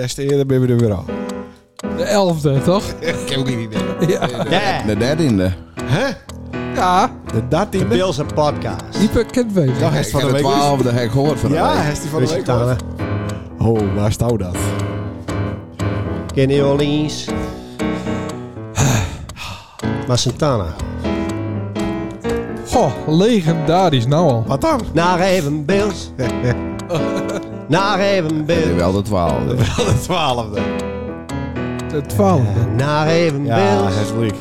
Des te eerder ben we er weer al. De elfde, toch? Ik heb ook geen idee. Ja. Ja. De dertiende. Hè? Ja, De dertiende? Bills en podcast. niet bekend weten. Dat is Ik van heb de de week. Ja, twaalfde heb ik gehoord van de week. hij is die van de week. Lusitana. Oh, waar staat dat? In New Orleans. Maar Santana. Goh, legendarisch nou al. Wat dan? Naar even Bills. Naar even Nee, Bills. Wel de twaalfde. De twaalfde. De twaalfde. Naar even Ja, hij Bills. is leuk.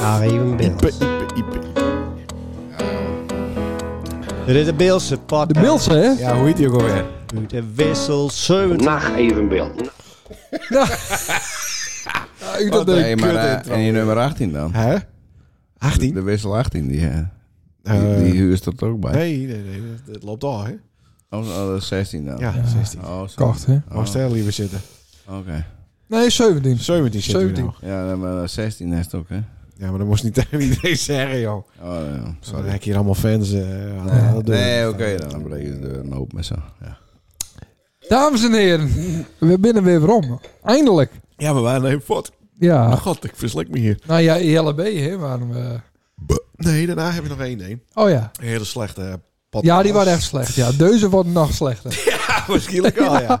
Naar even Bills. Ipe, ipe. Dit is de Bills podcast. De Bilse, hè? Ja, hoe heet die ook alweer? De wissel 7. Nacht evenbeeld. Ja, ik dat Nee, denk. maar kut eh, intro. en die nummer 18 dan. Hè? 18? De wissel 18, die, eh, die, Eh, die huurt er ook bij. Nee, nee, nee. dat- Dat loopt al, hè? Oh, oh, dat is 16 dan. Ja, 16. Oh, zo. Kocht, hè? Oh, Mag stel liever zitten. Oké. Nee, 17. 17 zitten we 17. nou. Ja, dan, maar eh, 16 is het ook, hè? Ja, maar dat moest niet tegen iedereen zeggen, joh. Oh, ja. Sorry. Sorry. Dan heb ik hier allemaal fans. eh, aan de deur. Nee, oké, dan breken ze de deur een hoop met zo. Ja. Dames en heren, we binnen weer rond. Eindelijk. Ja, maar waren even voort. Ja. god, ik verslik me hier. Nou ja, ELB, hè? Waarom, eh, Nee, daarna hebben we nog één. één. Oh ja. Een hele slechte eh, podcast. Ja, die waren echt slecht. Ja, deze worden nog slechter. Ja, misschien ook al, ja.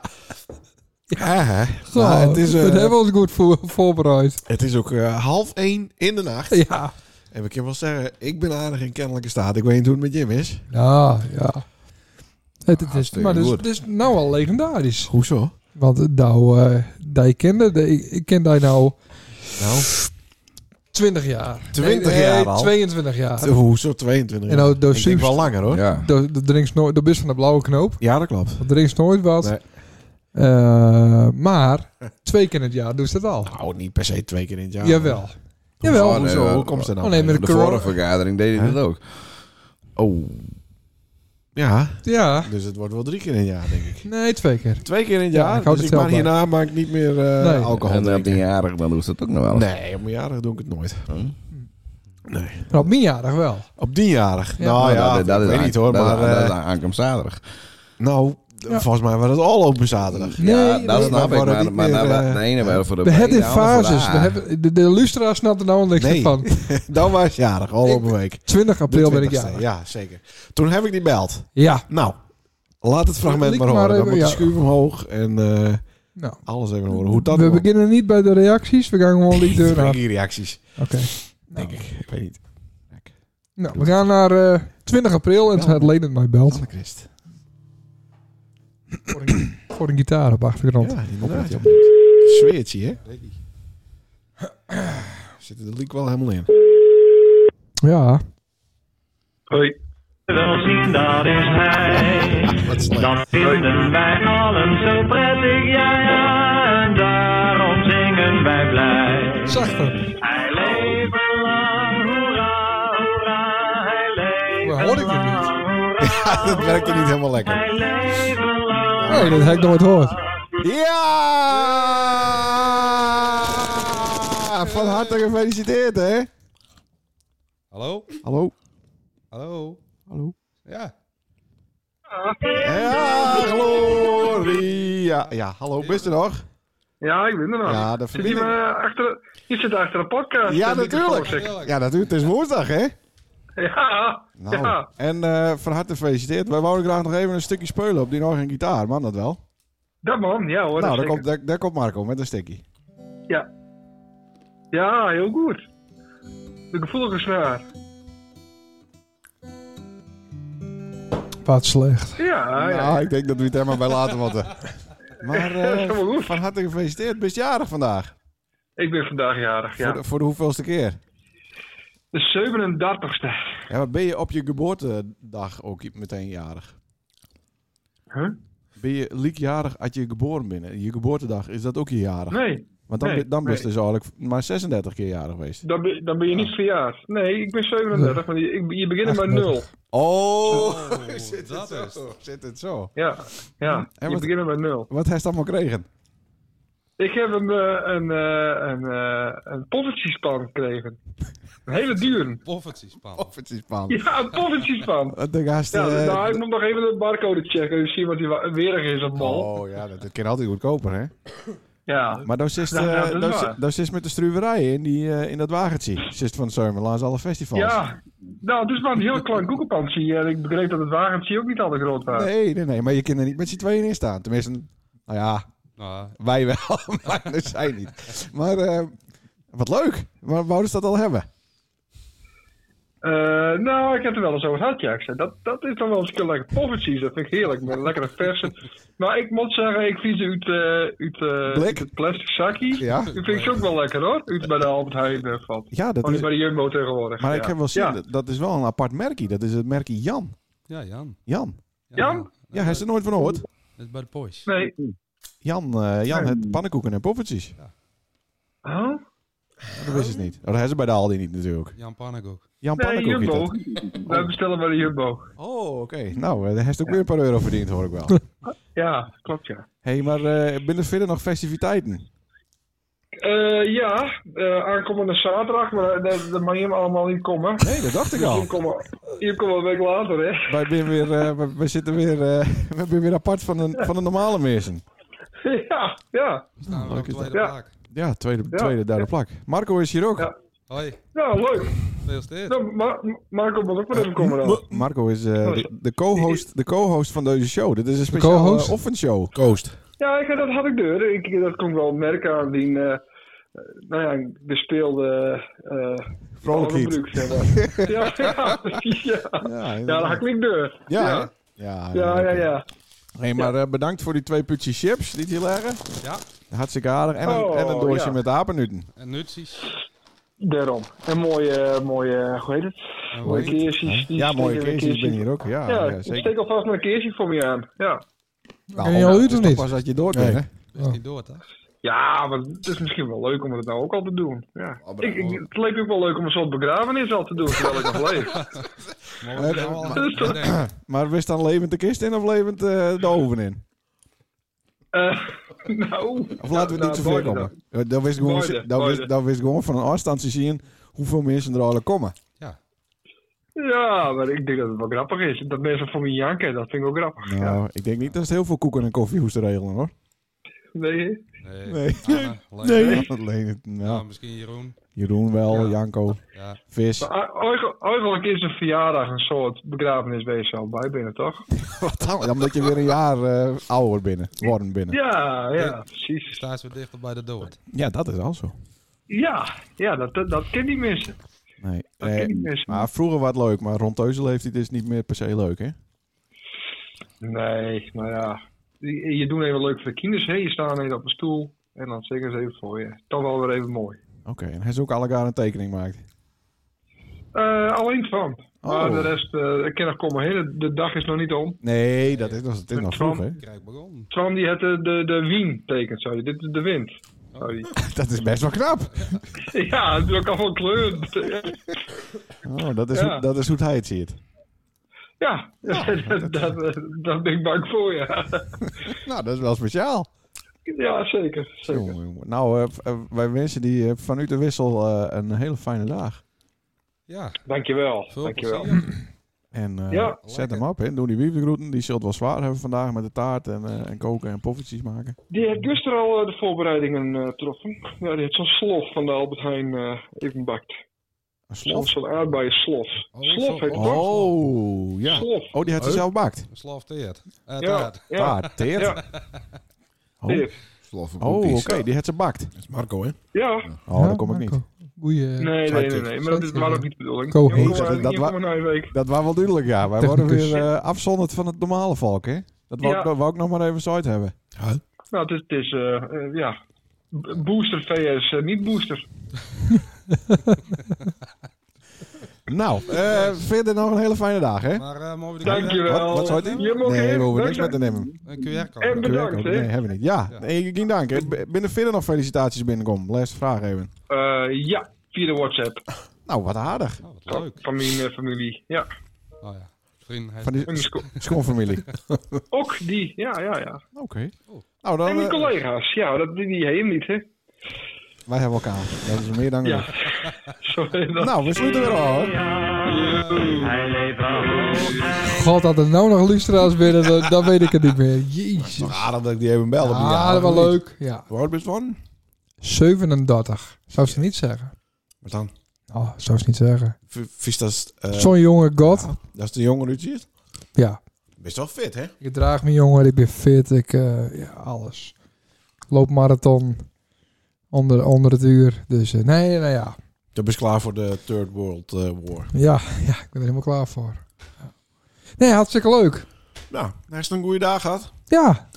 Ja, hè. Zo, Nou, het, is, eh, dat hebben we ons goed voor, voorbereid. het is ook eh, half één in de nacht. Ja. En we kunnen wel zeggen, ik ben aardig in kennelijke staat. Ik weet niet hoe het met Jim is. Ja, ja. Het, het is, Hartstikke maar het is, goed. het is nou al legendarisch. Hoezo? Want nou, eh die kende, die- ik ken die nou Nou, 20 jaar. 20 jaar al? 22 jaar. hoezo 22 En nou, door Ik denk Suus, wel langer, hoor. Ja. door- door drinkt nooit, door best van de blauwe knoop. Ja, dat klopt. Er drinkt nooit wat. Nee. Eh, maar twee keer in het jaar doen ze dat al. Nou, niet per se twee keer in het jaar. Jawel. Jawel. Oh, nee, Hoezo? wel- Hoe komt ze Oh nou? nee, met de De vorige corona. vergadering deed hij Hè? dat ook. Oh, Ja, Ja. dus het wordt wel drie keer in het jaar, denk ik. Nee, twee keer. Twee keer in het Ja, jaar, ik hou dus het ik zelf maar bij. hierna maak ik niet meer eh, Nee. alcohol en dan op een drinken. jarig, dan doet ze het ook nog wel. eens. Nee, op mijn jarig doe ik het nooit. Hm? Nee. Maar op mijn jarig Nou, wel. Op die jarig? Ja. Nou Nou, ja, dat, is weet aan- niet hoor, dat, maar... is- dat eh, is aan- aankomst zaterdag. nou, Ja. volgens mij was het al op een zaterdag. ja, nee, dat nee, snap maar ik, worden maar, niet maar meer, nou, eh, de ene wel voor de We B, hebben de in andere voor de fases. A. We hebben, de, de luisteraar snapt er nou niks nou Nee. meer van. Dan was het jarig, al Ik- op een week. 20 De april ben ik 20ste, jarig. Ja, zeker. Toen heb ik die belt. Ja. Nou, laat het fragment Liek maar maar horen. Dan even, moet de ja. schuur omhoog en eh, Nou. alles even horen. Hoe dat we dan- beginnen niet bij de reacties. We gaan gewoon die Ik deur krijg aan. Oké. hier reacties, denk ik. Ik weet niet. Nou, we gaan naar eh, 20 april en het had Lenend mij belt. Anne Christ. Voor een, voor een gitaar op achtergrond. Ja, inderdaad. ja. Zweertje, hè? Zitten de leak wel helemaal in. Ja. Hoi. Wel zien, dat is hij. Wat slecht. Dat vinden wij allen zo prettig, ja, ja. En daarom zingen wij blij. Zachter. Hij leven lang, hoera, hoera. Hij leven Maar hoor ik lang, het niet? hoera. Ja, dat werkte niet helemaal lekker. Hij leven lang. Nee, dat heb ik nooit gehoord. Ja! Van harte gefeliciteerd, hè? Hallo? Hallo. Hallo? Hallo. Ja. Ja, Gloria. Ja, hallo, bist er nog? Ja, ik ben er nog. Ja, dat zit verdien je, ik. me achter, je zit achter een podcast. Ja, eh, natuurlijk. microfoon, Ja, natuurlijk. Het is woensdag, hè? zeg. Ja, Nou, ja, en eh, van harte gefeliciteerd. Wij wouden graag nog even een stukje speulen op die nog een gitaar. Man, dat wel. dat man. Ja Nou, hoor, dat daar zeker. komt, daar, daar komt Marco met een stukje. Ja. ja, heel goed. De gevoelige snaar. Wat slecht. Oh, Ja, ja. Nou, ik denk dat we het er maar bij laten moeten. Maar Dat is eh, helemaal goed. van harte gefeliciteerd. Bist jarig vandaag. Ik ben vandaag jarig, ja. Voor, de, voor de hoeveelste keer? De 37ste. Ja, maar ben je op je geboortedag ook meteen jarig? Huh? Ben je liekjarig als je geboren bent? Je geboortedag, is dat ook je jarig? Nee, Want dan, nee, ben- dan ben je nee. dus eigenlijk maar 36 keer jarig geweest. dan ben, dan ben je Ah. niet verjaard. Nee, ik ben 37, want je, ik- je begint bij 0. 38. Oh, zit dat het is zo? zit het zo. Ja, ja. En je wat- begint bij 0. Wat heeft hij allemaal gekregen? Ik heb een, eh, een, eh, een, eh, een positiespan gekregen. Een hele duur. Poffertjespan. Oh, Poffertjes, man. Ja, een poffertjes van. De gast, Ja, eh, nou, ik moet nog even de barcode checken. Dus zien wat die wa- weerig is op mol. Oh ja, dat, dat kan altijd goedkoper, hè? Ja. Maar daar zit, Ja, ja, dat is waar. met de struwerij in, die, eh, in dat wagentje. Zit van Zeumen langs alle festivals. Ja, nou, het is maar een heel klein koekenpantje. En ik begreep dat het wagentje ook niet al te groot was. Nee, nee, nee, maar je kan er niet met z'n tweeën in staan. Tenminste, nou ja, Nou, wij wel, maar dat zij niet. Maar eh, wat leuk. Maar wouden ze dat al hebben? Eh, nou, ik heb er wel eens over gehad, ja. Ik zei, dat, dat is dan wel eens een lekker poffertjes. Dat vind ik heerlijk, met lekkere verse. Maar ik moet zeggen, ik vind ze uit, eh, uit, eh, Blik? uit het plastic zakje. Ja. Die vind ik ze ook wel lekker hoor. Uit bij de Albert Heijn eh, valt. Ja, Oh, dat niet is, bij de Jumbo tegenwoordig. maar ja. ik heb wel zien, Ja. dat, dat is wel een apart merkje. Dat is het merkje Jan. ja, Jan. Jan. Jan? Ja, hij is er nooit van gehoord. Dat is bij de poes. Nee. Jan, eh, Jan het pannenkoeken en poffertjes. Huh? Dat wist het niet. Oh, dat hebben ze bij de Aldi niet natuurlijk. Jan Pannekoek. Jan Nee, pannenkoeken. Jumbo. Wij bestellen bij de Jumbo. Oh, oké. Nou, eh, daar heeft ook weer een paar euro verdiend, hoor ik wel. Ja, klopt ja. Hé, hey, maar eh binnen verder nog festiviteiten? Eh, ja, eh, aankomende zaterdag, maar dat, dat mag je hem allemaal niet komen. Nee, dat dacht ik al. Hier komen, hier komen we een week later, hè? Wij, zijn weer, eh, we, we zitten weer, eh, we zijn weer apart van de, van de normale mensen. ja, ja. Staan we op is tweede dat. plak. Ja, tweede, Ja. tweede derde plak. Marco is hier ook. Ja. Hoi, Nou, leuk. veel is dit? Nou, Ma- Marco moet ook maar even komen dan. Marco is eh, de, de co-host de co van deze show. Dit is een speciale co-host? uh, show. Coast. Ja, ik, dat had ik deur. Ik, dat kon ik wel merken aan die, eh, eh, nou ja, de speelde eh Vrolijk Heat. Albrecht, zeg maar. ja, ja, precies, ja. Ja, Ja, dat inderdaad. had ik niet deur. ja, hè? ja, ja, ja, ja. oké. ja. Hey, maar eh, bedankt voor die twee putjes chips die hier liggen. Ja, Hartstikke aardig. En, een- Oh, en een doosje ja. met apennuten. en nutsies. Daarom. En mooie, mooie, hoe heet het? En Mooie wijn. keertjes. die Ja, mooie steken een keertjes. Ik ben keertje. hier ook. Ja, Ja, ja, ik zeker. steek alvast maar een keertje voor me aan. Ja. Ken je al uit of Het is toch niet? pas dat je door bent, Nee. hè? Dat is niet door, toch? ja, maar het is misschien wel leuk om het nou ook al te doen. Ja. Ik, ik, het leek ook wel leuk om een soort begrafenis al te doen terwijl ik nog leef. Mogen we nou al dat is toch- bedenken. Maar wist dan levend de kist in of levend eh, de oven in? Eh, nou. Of laten we het niet zo ver komen. Eh, Dan wist ik gewoon, Beide, dan wist, beide. dan wist ik gewoon van een afstand te zien hoeveel mensen er al komen. Ja, Ja, maar ik denk dat het wel grappig is. Dat mensen voor me janken, dat vind ik ook grappig. Nou, Ja. ik denk niet dat het heel veel koeken en koffie hoest te regelen hoor. Nee. nee. Nee. Anne, Leen. Alleen het- Ja, nou, misschien Jeroen. Jeroen wel, Ja. Janko, Ja, Vis. Maar e- eigenlijk- eigenlijk is een verjaardag een soort begrafenis bij jezelf bij binnen, toch? Wat dan? Omdat je weer een jaar eh, ouder binnen, worden binnen. Ja. Ja, Ja. ja, precies. staan ze weer dichter bij de dood. dat is al zo. Ja, ja dat, dat, dat ken die mensen. Nee. Dat ken eh, die mensen. maar vroeger was het leuk, maar rond Teusel heeft hij dus niet meer per se leuk, hè? Nee, maar ja. Je, je doet even leuk voor de kinders, hè? Je staat even op een stoel en dan zingen ze even voor je. Toch wel weer even mooi. Oké, en hij is ook allegaar een tekening maakt. Eh, alleen van. Maar Oh. de rest, eh ik ken nog komen. hè, De, de dag is nog niet om. Nee, dat is nog, het is nog vroeg, hè? Krijg begonnen. Twan die het eh, de, de, de wien tekent, sorry. Dit is de wind. Sorry. Dat is best wel knap. Ja, het is ook al van kleur. Oh, dat is, Ja. hoe, dat is hoe hij het ziet. Ja, dat, dat, dat ben ik bang voor, ja. Nou, dat is wel speciaal. Ja, zeker. zeker. Jongen, jongen. Nou, eh, v- eh, wij wensen die eh, vanuit de wissel eh, een hele fijne dag. Ja, Dankjewel. veel dankjewel. plezier. En eh, Ja. zet hem op, hè. doe die wievengroeten. Die zult wel zwaar hebben vandaag met de taart en, eh, en koken en poffertjes maken. Die heeft Guster al eh, de voorbereidingen eh, getroffen. ja, die heeft zo'n slof van de Albert Heijn eh even gebakt. Een Slof, slof. zo'n aardbeien slof. Oh, zo- slof heet het toch? Oh, ja. Slof. Oh, die had ze Huh? zelf bakt. Slafteert. Ja, Uiteraard. ja, Taart, teert. Ja. Oh, Slof Oh, oké, die had ze bakt. Dat is Marco, hè? ja. Oh, Ja, daar kom ik Marco. niet. Goeie. Nee, nee, nee, nee. Maar dat is maar ook niet de bedoeling. Co- Jongen, Hey, maar dat- hier dat wa- komen we nou een week. Dat was wel duidelijk, ja. Wij worden weer Technicus. eh, afzonderd van het normale volk, hè. Dat wou, Ja. dat wou ik nog maar even zo uit hebben. Nou, het is, het is eh, eh, ja. B- Booster VS, eh, niet booster. Nou, eh, verder nog een hele fijne dag, hè. Maar eh mogen we de Dankjewel. Wat- wat zou het doen? Je mag Nee, even- we hoeven niks dankzij- met te nemen. Een QR-code. En bedankt, Nee, hè. hebben we niet. Ja, Ja. nee, geen dank. hè. B- Binnen verder nog felicitaties binnenkom. Laatste vraag even. Eh, ja, via de WhatsApp. Nou, wat aardig. Oh, wat leuk. Van mijn eh, familie. Ja. Oh ja. Vriend, hij Van die En de sco- schoonfamilie. ook die, ja, ja, ja. Oké. Nou, dan, En mijn eh, collega's, ja, dat, die, die heem niet, hè? wij hebben elkaar. Dat is meer dan Ja. genoeg. Zo heet dat. Nou, we sluiten weer af. hoor. Hij leeft wel God, dat er nou nog luisteraars binnen, dan, dan weet ik het niet meer. Jezus. Nou, aardig dat ik die even bel. op die Ah, avond, dat niet. was leuk. Ja. Hoe oud ben je van? 37. Zou ze niet zeggen. Wat dan? Oh, zou ze niet zeggen. V- Vies dat... eh, Zo'n jonge god. dat is de jongen Ruudje is? Ja. Best wel fit, hè? Ik draag me jongen, ik ben fit, ik... eh, ja, alles. Loop marathon. Onder, onder het uur. Dus eh, nee, nou ja. Je bent klaar voor de Third World eh, War. Ja, ja, ik ben er helemaal klaar voor. Ja. Nee, hartstikke leuk. Nou, hij is een goede dag gehad. Ja.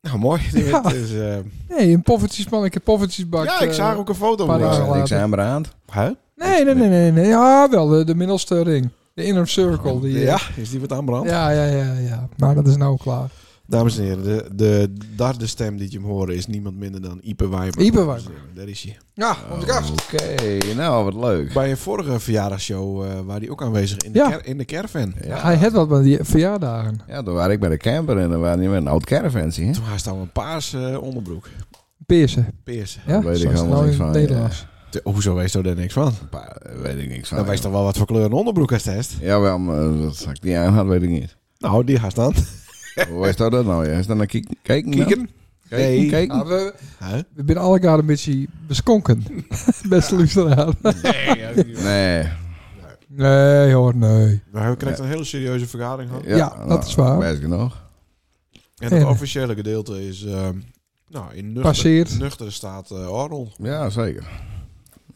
Nou, mooi. Ja. Dit is, eh, Nee, een poffertjesman, ik heb poffertjesbak. ja, ik eh, zag ook een foto paar van dagen jou. later. Ik zijn maar aan. Hè? Nee, nee, nee, nee, nee. Ja, wel, de, de middelste ring. De inner circle. Die, eh, Ja, is die wat aan brand? ja, ja, ja, ja. Maar dat is nou klaar. Dames en heren, de, de derde stem die je hem horen is niemand minder dan Ipe Wijmer. Dus, eh, Ipe Wijmer. Daar is hij. Ja, onze gast. Oh, Oké, nou wat leuk. Bij een vorige verjaardagshow eh waar hij ook aanwezig in de, Ja. ker- in de caravan. Hij had wat met die verjaardagen. Ja, toen waren ik bij de camper en dan waren we met een oud caravansie. Hè? Toen had hij een paars eh, onderbroek. Peersen. Peers. Ja, weet Zoals ik het helemaal nou niet in van, het Nederlands. Te- oh, Hoezo weet je daar niks van? Pa- eh, weet ik niks van. Dan weet je toch wel wat voor kleur een onderbroek hij test? Jawel, maar eh, dat ik die aan had, weet ik niet. Nou, die gaat dan. Hoe is dat dan nou? Ja? Is dat nou kijken? Kijken? dan? Kieken. Kijken? Nee. kijken? Ja, we, Huh? we zijn allemaal een beetje beskonken. Beste luisteraar. Ah. Nee. Nee hoor, nee. We hebben krijgt een hele serieuze vergadering gehad. Ja, nou, dat is waar. Wijs genoeg. En het Ja. officiële gedeelte is ehm, nou, in nuchter, Passeert. nuchtere staat eh orrel. Ja, zeker.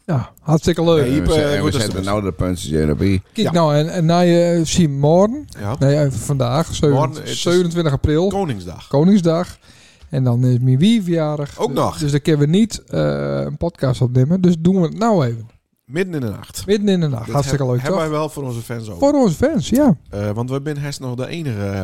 Ja, hartstikke leuk. Nee, En we Iep, eh, zetten- en we goed, dat is zetten de nou de puntjes erop. Kijk ja. nou, en, en na je zien morgen, Ja. nee, eh, vandaag, Morgen, het 27, is- 27 april, Koningsdag. Koningsdag. En dan is mijn wie verjaardag. Ook Dus- nog. Dus dan kunnen we niet eh, een podcast opnemen. Dus doen we het nou even. Midden in de nacht. Midden in de nacht. Dat Hartstikke heb- leuk, Hebben toch? wij wel voor onze fans over. Voor onze fans, ja. Eh, want we zijn nog de enige eh,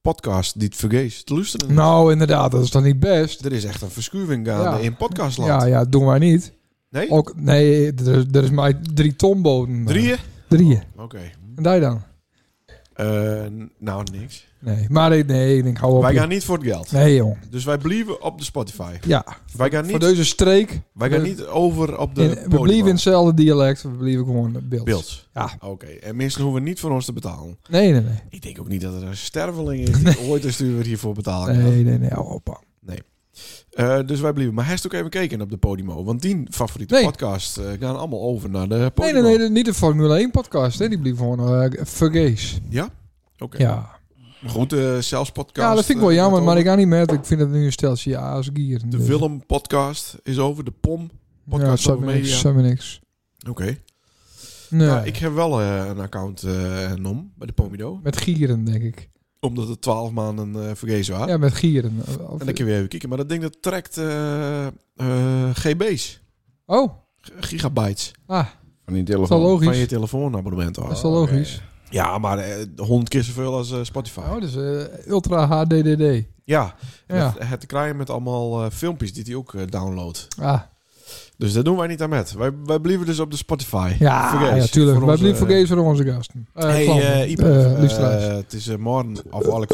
podcast die het vergeet te luisteren. Nou, inderdaad. Dat is dan niet best. Er is echt een verschuwing gaande Ja. in podcastland. Ja, Oh. ja, dat doen wij niet. Nee? Ook, nee, er, is- er is maar drie ton boden. Drieën? Drieën. Oké. En daar dan? Eh, n- nou, niks. Nee. Maar ik, nee, ik hou op. Wij hier. gaan niet voor het geld. Nee, jong. Dus wij blijven op de Spotify. Ja, Wij gaan voor niet, deze streek. wij gaan we- niet over op de in- we Podimo. blijven in hetzelfde dialect. We blijven gewoon eh, beeld. beeld. Ja. Oké. En mensen hoeven niet voor ons te betalen. Nee, nee, nee. Ik denk ook niet dat er een sterveling is die ooit een stuur hiervoor betaalt. Nee, nee, nee. Hou op. man. Eh, dus wij blijven. Maar hij is ook even kijken op de Podimo. Want die favoriete Nee. podcast eh, gaan allemaal over naar de Nee, Podimo. nee, nee, de- niet de Formule 1 podcast. Hè. Die bleef gewoon eh vergees. Ja? Oké. Ja. Maar goed, de zelfs podcast. ja, dat vind ik wel eh, jammer, gaat maar ik over. ga niet met. Ik vind het nu een steltje aas gier. De film podcast is over. De POM. podcast ja, het zou over me niks. media. zou me niks. Oké. Nee. Nou, ik heb wel eh, een account eh nom bij de Pomido. Met gieren, denk ik. Omdat het 12 maanden eh vergezen was. Ja, met gieren. Of- En dan kun je weer even kijken. Maar dat ding dat trekt eh, eh, GB's. Oh, G- Gigabytes. ah, Van die dat is al telefoon. Van je Oh, logisch. telefoonabonnement Dat is af. al logisch. Ja, maar eh, 100 keer zoveel als eh, Spotify. Oh, dus eh, ultra HDDD. Ja, en Ja. Het, het te krijgen met allemaal eh, filmpjes die hij ook eh, downloadt. Ah, Dus daar doen wij niet aan met. Wij, wij blijven dus op de Spotify. ja, Vergees. ja tuurlijk. Voor Wij onze- blijven vergeven voor onze gasten. Eh, hey, klanten. eh, Ipe, Eh, eh, luisteraars. het is eh, morgen of alle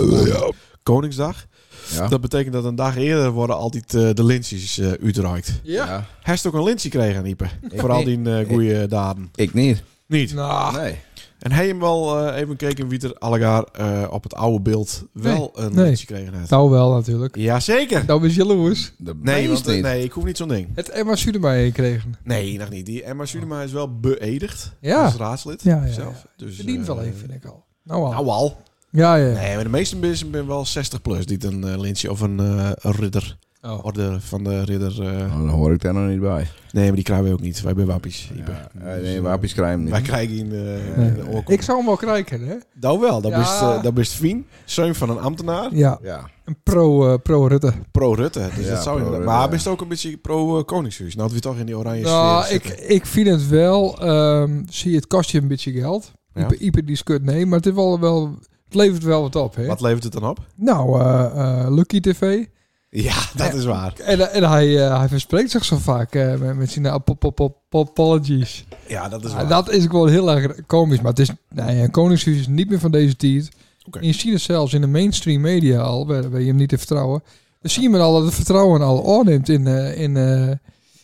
Koningsdag. Ja. Dat betekent dat een dag eerder worden altijd eh, de lintjes eh uitreikt. ja. Hij is ook een lintje gekregen, Ipe. Voor al die eh goede daden. Ik niet. Niet. Nou, Nee. En hij hem wel eh, even gekeken wie er allegaar eh, op het oude beeld wel een Nee. lintje kregen heeft. nou wel natuurlijk. Jazeker! Nou ben je jaloers. De Nee, want, beest eh, niet. nee, ik hoef niet zo'n ding. Het Emma erbij gekregen. Nee, nog niet. Die Emma Sunema is wel beëdigd Ja. als raadslid Ja, ja, ja. zelf. Dus, Verdient eh, wel even, vind ik al. Nou al. Nou al. Ja, ja. Nee, maar de meeste mensen zijn wel 60 plus. Die een eh, lintje of een eh, een ridder. Oh. Orde van de ridder. eh. Dan hoor ik daar nog niet bij. Nee, maar die krijgen we ook niet. Wij zijn wappies. Ipe. Oh. Dus, Ja, eh, nee, wapens krijgen Wij niet. krijgen in de, Nee. in de oorkop. Ik zou hem wel krijgen, hè? Nou wel, dat Ja. is eh, dat is Fien. Zoon van een ambtenaar. Ja, Ja. een pro, eh, pro Rutte. Pro-Rutte. Dus Ja, dat zou inderdaad. pro-Rutte, Maar ja. hij is ook een beetje pro-Koningshuis. Nou, dat we toch in die oranje Nou, sfeer ik, zitten. ik vind het wel, ehm, zie je, het kost je een beetje geld. Ja. Ieper, Ieper die skut nee, maar het, is wel, wel, het levert wel wat op, hè? Wat levert het dan op? Nou, eh, eh, Lucky TV. Ja, dat is waar. En, en hij, eh, hij verspreekt zich zo vaak eh, met, met zijn ap- ap- ap- apologies. Ja, dat is Ah, waar. dat is ook wel heel erg komisch. Maar het is, nee, een koningshuis is niet meer van deze tijd. Oké. En je ziet het zelfs in de mainstream media al, waar, waar je hem niet te vertrouwen. Dan zie je men al dat het vertrouwen al aanneemt in, eh, in, eh,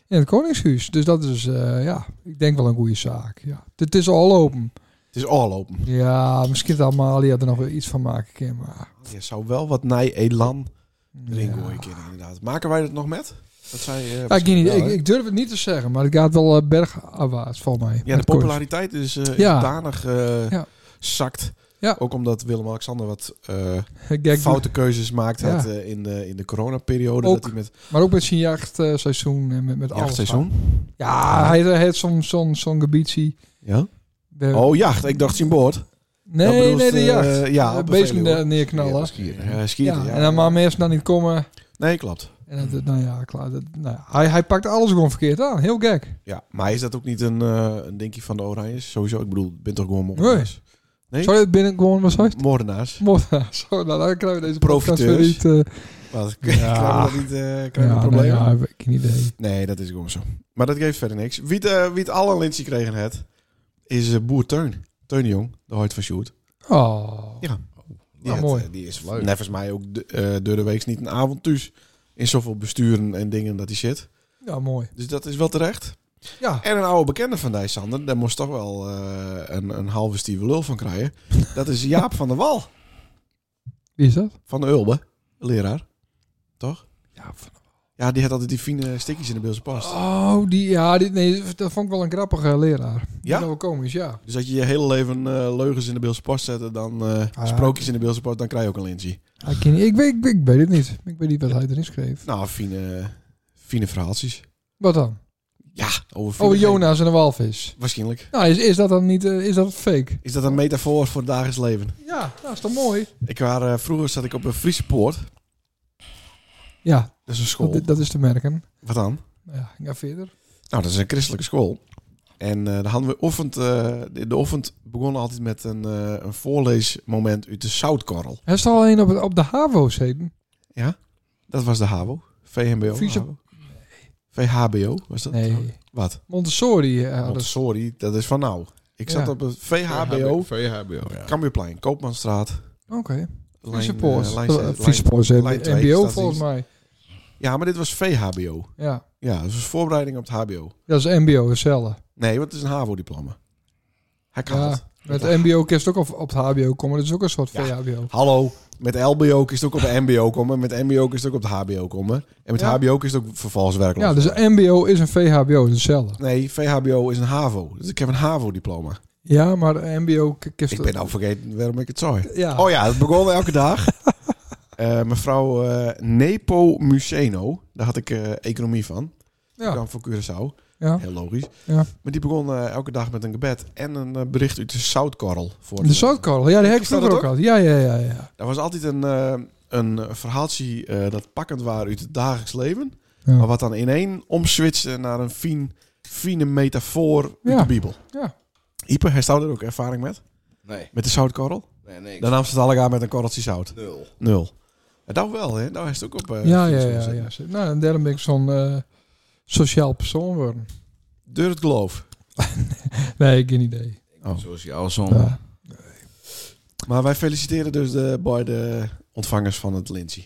in het Koningshuis. Dus dat is, eh, ja, ik denk wel een goede zaak. Ja. Het is al open. Het is al open. Ja, misschien dat Amalia er nog wel iets van maken kan, maar... Je zou wel wat nij elan erin ja. gooien kunnen, inderdaad. Maken wij dat nog met? Dat zei, eh, Ja, Ah, ik, weet niet, wel, ik, hè? ik durf het niet te zeggen, maar het gaat wel eh, bergafwaarts volgens mij. Ja, de met Koningshuis. populariteit is eh Ja. danig eh, Ja. zakt. Ja. Ook omdat Willem-Alexander wat eh, Ik denk- foute keuzes maakt Ja. had, eh, in, de, in de coronaperiode. Ook. Dat hij met Maar ook met zijn jachtseizoen en met, met alles. jachtseizoen. Ja, hij hij heeft zo'n zo'n zo'n gebietie. Ja. De- Oh, jacht. Ik dacht zijn boord. dat nee, bedoelt, nee, de eh, jacht. ja, de op de beesten Veluwe. eh, neerknallen. Ja, Eh, skieten, ja. En dan maar mensen dan niet komen. Nee, klopt. En dat- dat, nou ja, klaar. Dat, nou ja, hij, hij pakt alles gewoon verkeerd aan. Heel gek. Ja, maar is dat ook niet een, eh een dingetje van de Oranjes? Sowieso, ik bedoel, je bent toch gewoon moordenaars? Nee. Zou dit binnen gewoon wat zei? Moordenaars. Morgen. Zo, nou, dan krijgen we deze podcast weer Profiteurs. niet. eh, Wat? krijgen we dat niet? eh, krijgen we een ja, nou probleem? ja, heb ik geen idee. Nee, dat is gewoon zo. Maar dat geeft verder niks. Wie het, eh, wie het alle lintje kregen het, is eh, boer Teun. Teun de Jong, de hart van Sjoerd. Oh. Ja. Die, Nou, had, mooi. eh, die is Leuk. nevens mij ook de, eh, door de week niet een avond thuis. In zoveel besturen en dingen dat hij zit. Ja, mooi. Dus dat is wel terecht. Ja. En een oude bekende van die Sander, daar moest toch wel eh, een, een halve stieve lul van krijgen. Dat is Jaap van der Wal. Wie is dat? Van de Ulbe, leraar. Toch? Ja, die had altijd die fine stikjes in de beelse past. Oh, die, ja, die, nee, dat vond ik wel een grappige leraar. Ja? Dat wel komisch, ja. Dus dat je je hele leven eh, leugens in de Beelse post zetten, dan eh, Ah, ja. sprookjes in de Beelse post, dan krijg je ook een lintje. Hij kan niet- ik, weet, ik, weet- ik weet het niet. Ik weet niet wat hij erin schreef. Nou, fine, fine verhaaltjes. Wat dan? Ja, over fine Oh, dingen. Jonas en de walvis. Waarschijnlijk. Nou, is, is dat dan niet eh, is dat fake? Is dat een metafoor voor het dagelijks leven? Ja, dat is toch mooi? Ik waar, eh, vroeger zat ik op een Friese poort. Ja, Dat is een school. dat, dat is te merken. Wat dan? Nou Ja, ik ga verder. Nou, dat is een christelijke school. En eh, daar hadden we ochtend, eh, de de ochtend begon altijd met een, eh, een voorleesmoment uit de zoutkorrel. Hij is er al een op, het- op de HAVO's heten. Dat was de HAVO. VMBO. Friese- HAVO. VHBO was dat? Nee, Wat? Montessori. eh, hadden ze. sorry, dat is van nou. Ik Ja. zat op een VHBO, VHBO, ja. Cambuurplein, Koopmanstraat. Oké. lijn, eh, Vieseport. lijn zeven, lijn- Vieseport lijn en twee, MBO stadsdienst. volgens mij. Ja, maar dit was VHBO. Ja, Ja, dat was voorbereiding op het HBO. dat is MBO, hetzelfde. Nee, want het is een HAVO-diploma. Hij kan Ja. het. Met MBO kerst ook op, op het HBO komen. Dat is ook een soort Ja. VHBO. Hallo, met LBO is het ook op de MBO komen. Met MBO is het ook op de HBO komen. En met Ja. HBO is het ook vervalswerk. Ja, dus een MBO is een VHBO, dat is hetzelfde. Nee, VHBO is een HAVO. Dus ik heb een HAVO-diploma. Ja, maar de MBO k- kerst... Ik ben nou vergeten waarom ik het zei. Ja. Oh ja, het begon elke dag. Eh, mevrouw eh, Nepo Muceno, daar had ik eh, economie van. Ja. Ja. kwam voor Curaçao, Ja. heel logisch. Ja. Maar die begon eh, elke dag met een gebed en een eh, bericht uit de zoutkorrel. Voor De zoutkorrel, ja, die heb ik Is dat vroeger ook het al. Ja, ja, ja, ja. Er was altijd een, eh, een verhaaltje eh, dat pakkend was uit het dagelijks leven. Ja. Maar wat dan in één omswitste naar een fien, fine metafoor uit Ja. de Bijbel. Ja. Ieper, hij zou er ook ervaring met? Nee, Met de zoutkorrel? nee, nee. Dan nam ze het allegaar met een korreltje zout. Nul. Nul. En nou wel, hè? Nou, hij is ook op. eh, Ja, ja, Friese ja, zitten. ja. Nou, en daarom ben ik zo'n eh, sociaal persoon worden. Deur het geloof. Nee, ik geen idee. Zoals je al zong. Ja. Maar wij feliciteren dus de beide ontvangers van het lintje.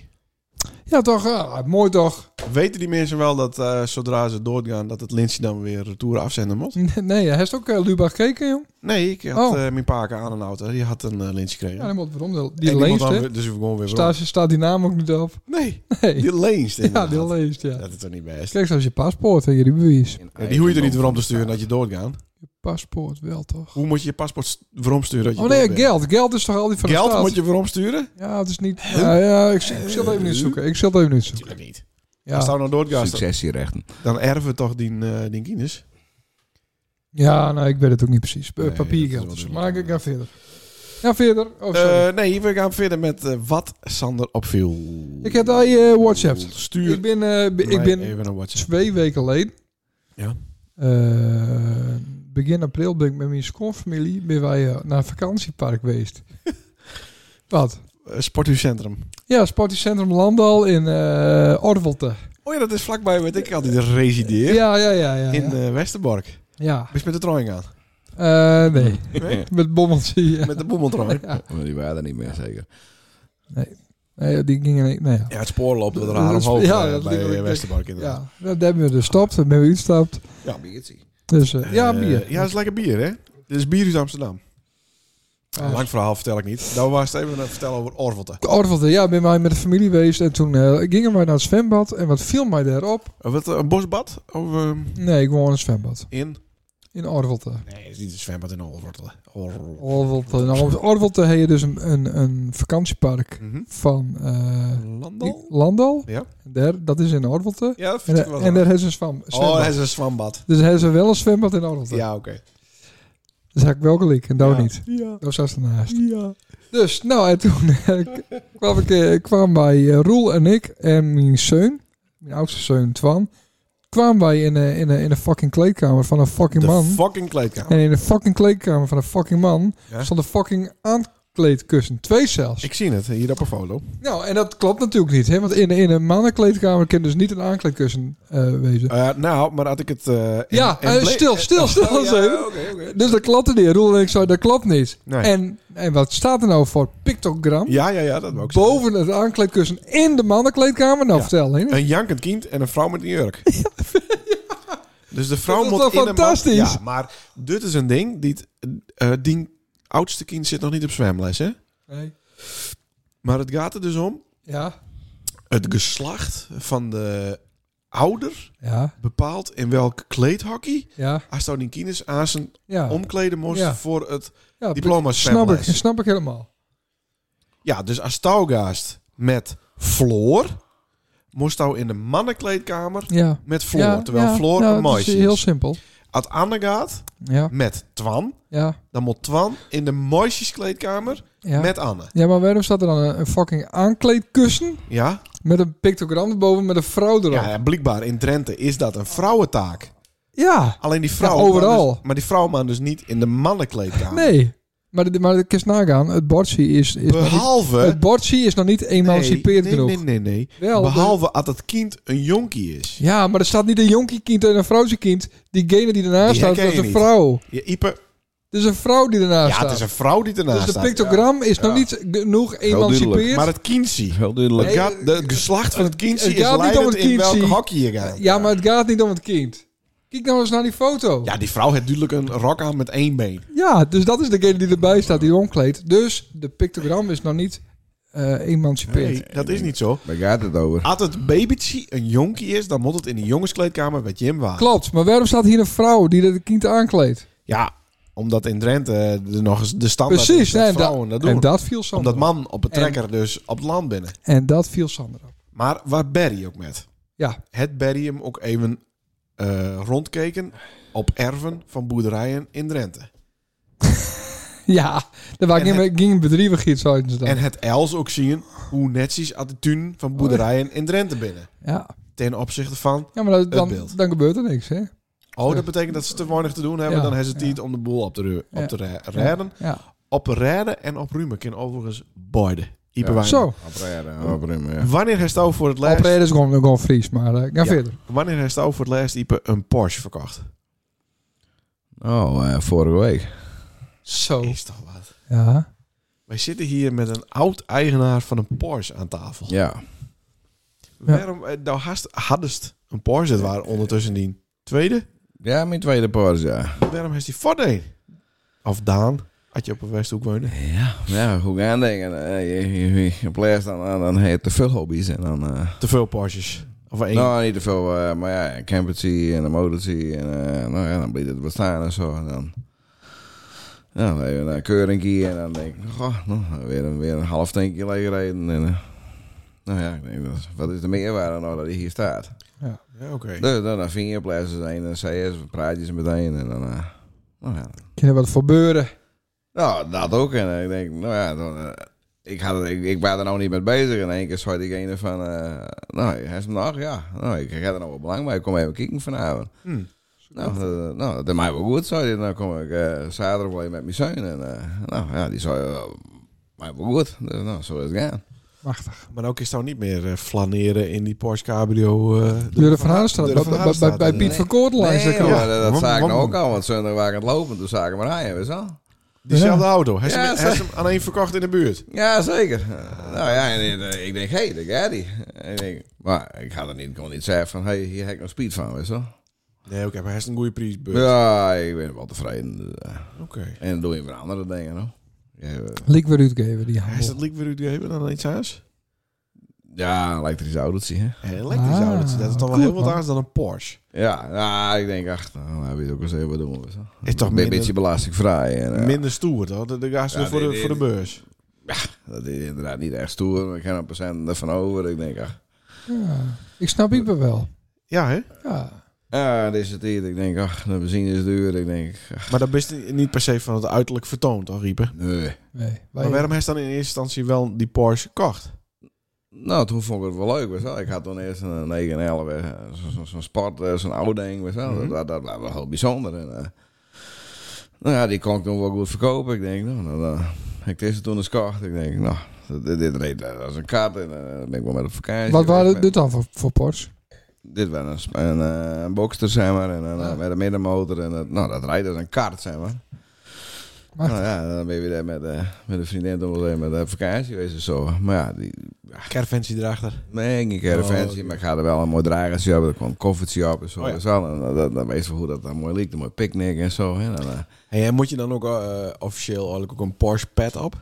Ja, toch? ah, mooi toch? Weten die mensen wel dat eh, zodra ze doorgaan, dat het lintje dan weer retour afzenden moet? Nee, hij heeft ook eh, Lubach gekeken, jong. Nee, ik had Oh. eh, mijn paken aan een auto. Die had een eh, lintje gekregen. Ja, dan moet waarom. Die, En die die moet leest, dan hè? weer- Dus we gewoon weer Staat, staat die naam ook niet op? weer- Nee, Nee. die leest ja, inderdaad. die leest, ja. Dat is toch niet best? Kijk, zoals je paspoort en je bewijs. Ja, die hoe je er niet weer om te sturen dat je doorgaan. Je paspoort wel, toch? Hoe moet je je paspoort st- weer omsturen dat je Oh nee, doorgaat? geld. Geld is toch al die van de Geld staat? moet je weer omsturen? Ja, het is niet... Ja, ja, ik, ik zal het even niet zoeken. Ik zal het even niet zoeken. Tuurlijk niet. Als Ja, nou naar doorgaan, Successierechten. dan erven we toch die, eh die kines. ja nou, ik weet het ook niet precies. Nee, Eh, Papiergeld. dat is wel maar ik duidelijk. ga verder. Ja, verder. Oh, sorry. Eh, nee, we gaan verder met eh, wat Sander opviel. Ik heb daar je WhatsApp. Stuur Ik ben, eh, be- ik mij ben even een WhatsApp. twee weken geleden. Ja. Eh, begin april ben ik met mijn schoonfamilie ben wij eh, naar een vakantiepark geweest. Wat? Eh, Sporthuiscentrum. Ja, Sportiecentrum Landal in eh Orvelte. Oh ja, dat is vlakbij wat ik altijd resideer. Ja, ja, ja, ja. In ja. eh, Westerbork. ja. Ben je met de trooi aan? Eh, nee, Nee? met bommeltje. Oh, Met de boemeltrooi. Maar die waren er niet meer, zeker. Nee, die gingen... Nee, ja. Ja, het spoor loopt er Dat raar is- omhoog ja, eh, dat liep ook- bij Westerbork inderdaad. ja, dat hebben we dus gestopt. Dat hebben we uitgestapt. Ja, biertje. Dus eh, ja, Eh, bier. ja, dat is lekker bier, hè? Dit is bier uit Amsterdam. Ah. Lang verhaal vertel ik niet. Daar was het even eh, vertellen over Orvelte. Orvelte, ja, ben wij met de familie geweest en toen eh, gingen wij naar het zwembad. En wat viel mij daarop? Eh, Wat, eh, een bosbad? Of ehm, Nee, ik woon een zwembad. in? In Orvelte. Nee, het is niet een zwembad in Orvelte. Or- Orvelte. Nou, op Orvelte heb je dus een, een, een vakantiepark Mhm. van eh Landal? Landal. Ja. Daar, dat is in Orvelte. Ja, dat En, vind ik daar- wel. en daar hebben ze een zwam- zwembad. oh, hij is een zwembad. Dus hebben ze wel een zwembad in Orvelte. Ja, oké. Dus heb ik wel gelijk en daar Ja. niet. Ja. Dat was ernaast. Ja. Dus, nou, en toen eh, kwam ik eh, kwam bij eh, Roel en ik en mijn zoon, mijn oudste zoon Twan, kwamen wij in een, in een, in een fucking kleedkamer van een fucking De man. fucking kleedkamer. en in de fucking kleedkamer van een fucking man Ja. stond een fucking aankleedkussen. Twee zelfs. Ik zie het, hier op een foto. Nou, en dat klopt natuurlijk niet, hè? want in, in een mannenkleedkamer kan dus niet een aankleedkussen eh, wezen. Eh, nou, maar had ik het... eh, in- ja, in eh, Ble- stil, stil, stil. Oh, eens ja, even. oké, oké. Dus dat klopte niet. Roel en ik zo, dat klopt niet. Nee. En, en wat staat er nou voor pictogram? Ja, ja, ja, dat wou ik zeggen. Boven het aankleedkussen in de mannenkleedkamer? Nou, Ja. vertel hè? Een jankend kind en een vrouw met een jurk. Dus de vrouw Dat is moet toch in een man- fantastisch? Ja, maar dit is een ding. Die, eh die oudste kind zit nog niet op zwemles, hè? Nee. Maar het gaat er dus om. Ja. Het geslacht van de ouder Ja. bepaalt in welk kleedhockey Ja. Astonian Kines aan zijn Ja. omkleden moest Ah. Ja. voor het ja. diploma snap ik, zwemles. snap ik helemaal. Ja, dus Astaugaast met Floor moest nou in de mannenkleedkamer Ja. met Floor. ja, terwijl ja, Floor nou, een dat meisje is heel is. simpel. Als Anne gaat Ja. met Twan, Ja. dan moet Twan in de meisjeskleedkamer Ja. met Anne. ja, maar waarom staat er dan een, een fucking aankleedkussen Ja? met een pictogram erboven met een vrouw erop? Ja, Ja. ja, blijkbaar in Drenthe is dat een vrouwentaak. Alleen die vrouw... Ja, overal. dus- maar die vrouw maar dus niet in de mannenkleedkamer. Nee. Maar, de- maar de kist nagaan, het bordje is... is nog niet- Behalve... het bordje is nog niet emancipeerd nee, genoeg. nee, nee, nee. Wel, de- Behalve als het kind een jonkie is. Ja, maar er staat niet een jonkiekind en een vrouwtjekind. Diegene die ernaast Die staat, dat herken is je een niet. vrouw. Je Ipe, Het is een vrouw die ernaast ja, staat. het is een vrouw die ernaast dus de staat. pictogram is nog niet genoeg duidelijk, emancipeerd. Maar het kindsie. Heel duidelijk. Het, gaat- de- het geslacht van het kindsie eh, het is gaat niet om leidend het in welk kindsie. hockey je gaat. ja, maar het gaat niet om het kind. Kijk nou eens naar die foto. Ja, Ja, die vrouw heeft duidelijk een rok aan met één been. dus dat is degene die erbij staat, die omkleedt. Dus de pictogram is nog niet eh emancipeerd. Nee, dat is niet zo. Waar gaat het over? Als het babytje een jonkie is, dan moet het in de jongenskleedkamer met Jim waar. Klopt, maar waarom staat hier een vrouw die dat kind aankleedt? Ja, omdat in Drenthe eh, er nog eens de standaard Precies, is dat en, vrouwen dat- dat doen. en dat viel Sander omdat op. man op het En- trekker dus op het land binnen. En dat viel Sander op. Maar waar Barry ook met? Ja. Het Barry hem ook even eh, rondkeken op erven van boerderijen in Drenthe. Ja, daar waren En geen, geen bedrijven gids uit. ze dan. Oh, En het Els ook zien hoe netjes attitude van boerderijen in Drenthe binnen. ja. Ten opzichte van, ja, maar dat- dan, beeld. dan gebeurt er niks, hè? oh dat betekent dat ze te weinig te doen hebben, Ja, dan hebben ze ja. tijd om de boel op te, ru- Ja. op te re- redden. Ja. Op redden en op ruimen kan overigens beide. Ieper Wijnen. Zo, Oprijden, oprijden, eh, ja. Wanneer herstel voor het laatst? opreden is gewoon, gewoon Fries, maar eh, ga Ja. verder. Wanneer herstel voor het laatst Ieper een Porsche verkocht? Oh, eh, vorige week. Zo. Is toch wat? Ja. Wij zitten hier met een oud eigenaar van een Porsche aan tafel. Ja. Waarom? eh, Nou, hast, haddest een Porsche. Het waren ondertussen die tweede. Ja, mijn tweede paars, ja. Waarom heeft hij Fordeen? Of Daan, had je op een Westhoek woonde. Ja, hoe gaan denken? eh, je- je- je- Je pleegt aan, aan, aan hey, te veel hobby's en dan... eh, Te veel Porsches. Of één. Nou, niet te veel, eh, maar ja, een campertje en een motortje en eh, nou ja, dan blijft het bestaan en zo. En dan, ja, dan even naar Keuringkie en dan denk ik, goh, nou, weer, een, weer een half tankje leeg rijden. En, eh, nou ja, ik denk, dat is- wat is de meerwaarde nou dat hij hier staat? Ja, oké. Dus dan, dan ving je plaatsen zijn en CS, we praat je ze meteen en dan, eh, nou ja. Kunnen wat verbeuren. Nou, dat ook. En ik denk, nou ja, dan, eh, ik, had, het- ik, ik was er nou niet mee bezig. In één keer zei diegene van, eh, nou, hij is nog, ja. Nou, ik ga er nou wel belang bij, ik kom even kijken vanavond. Hmm. Nou, dat, nou, dat deed mij wel goed, zei hij. Dan kom ik eh, zaterdag wel even met mijn zoon. En, eh, nou ja, die zei, eh, mij wel goed. Dus, nou, zo is het gaan. Machtig. Maar ook is nou niet meer eh, flaneren in die Porsche Cabrio. eh, de- Deur van Haarstraat. Deur Bij, van bij- Haarstraat, bij- bij Piet eh. van Koortlijns. Nee, dat kan. maar dat, dat Waarom- zag ik nou waarom- ook al, want zondag waren het lopen. Toen zag ik hem rijden, weet je wel. Diezelfde auto. Hij is Ja, hem- dat hij is zei- hem aan een verkocht in de buurt. Ja, zeker. Eh, nou ja, en, eh, ik denk, hé, hey, daar gaat die. En ik denk, maar ik had er niet, kon niet zeggen van, hé, hey, hier heb ik nog speed van, weet je wel. Nee, oké, maar hij is een goede prijsbeurt. Ja, ik ben wel tevreden. eh. Oké. En dan doe je weer andere dingen, hoor. Ja, eh, Liek weer uitgeven, die Hij is dat handel. leak weer uitgegeven dan iets anders? Ja, een elektrische autootje, hè. Een elektrisch Ah, autootje. Dat is toch wel goed, heel wat man. anders dan een Porsche. Ja, nou, ik denk, ach, nou, hij weet ook eens even wat doen, weet je wel. Is toch Een beetje- minder, beetje belastingvrij. En, eh, minder stoer, toch? De, de gaas Ja, weer voor, die- de, die- voor de beurs. Dat is inderdaad niet echt stoer. maar Ik heb er een procent ervan over. Ik denk, ach, Ja. Ik snap Ipe wel. Ja, hè? Ja. ja, dit is het hier. Ik denk, ach, de benzine is duur. Ik denk, ach, Maar dat is niet- niet per se van het uiterlijk vertoond, toch, Riepen? nee. Nee, Maar waarom heeft dan in eerste instantie wel die Porsche gekocht? Nou, toen vond ik het wel leuk, weet je wel. Ik had toen eerst een 911, eh, zo- zo- zo'n sport, eh, zo'n oud ding, weet je wel. Mhm. dat, dat, dat was heel bijzonder. En, eh, nou ja, die kon ik toen wel goed verkopen. Ik denk, nou, nou, nou, ik deze toen eens kocht. Ik denk, nou, dit, dit reed als een kat. En eh, ben ik wel met op vakantie. Wat geweest. waren dit dan voor, voor Porsche? Dit was een, sp- een, eh, een boxster, zeg maar. En, een, Ja. eh, Met een middenmotor. En, dat- nou, dat rijdt als een kart, zeg maar. Maar- Nou ja, dan ben je weer daar met, eh, met een vriendin toen was met een vakantie geweest of zo. Maar ja, die, Carventie erachter. nee, geen caravansie, Oh, maar ik had er wel een mooi dragertje op. Er kwam een koffertje op en zo. Oh, ja. en zo. En dat, dan weet je wel hoe dat dan mooi liep. Een mooi picknick en zo. Hè. Dan, eh, En moet je dan ook eh, officieel eigenlijk ook een Porsche pet op?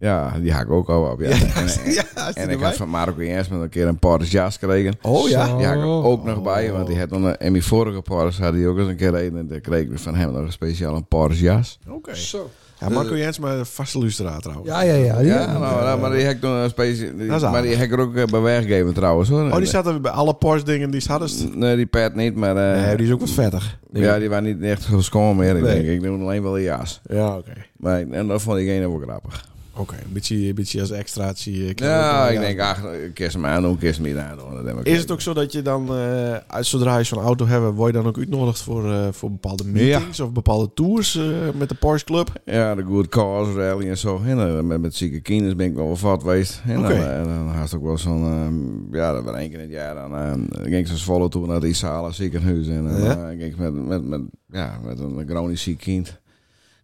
ja, die haak ik ook al op. Ja. en en- is die en ik erbij? had van Marco Jens met een keer een Porsche jas gekregen. Oh ja? Zo. Ja, ik ook nog bij, want die had dan een, in mijn vorige Porsche had hij ook eens een keer reden. En daar kreeg ik van hem nog een speciaal een Porsche jas. Oké. Zo. Ja, Marco Jens, maar een vaste luisteraar trouwens. Ja, ja, ja. die- Ja, nou, nou, maar die heb ik toen een speciaal... Ah, Dat is Maar die heb ik er ook eh, bij weggegeven trouwens, hoor. Oh, die staat er bij alle Porsche dingen die ze hadden. Nee, die pet niet, maar... eh, Nee, die is ook wat vettig. Ja, die waren niet echt geschoren meer, ik Nee. denk. Ik doe alleen wel een jas. Ja, oké. Maar, ik- en dat vond ik één wel grappig. Oké, een, beetje, een beetje als extraatje. eh, kan ook, Ja, eh, ik denk, ach, ik kies hem aan, ik kies hem niet aandoen. Dat heb ik Is het ook zo dat je dan, eh, als- zodra je zo'n auto hebt, word je dan ook uitnodigd voor, eh, voor bepaalde meetings of bepaalde tours eh, met de Porsche Club? Ja, de Good Cause Rally en zo. En eh, met, met zieke kinders ben ik wel wat vat geweest. En Oké. dan, eh, dan had ik ook wel zo'n... ehm, ja, dat was één keer in het jaar. Dan eh, ging ik zo Zwolle toe naar die Isala ziekenhuis. En dan Ja. eh, ging ik met, met, met, ja, met een chronisch ziek kind.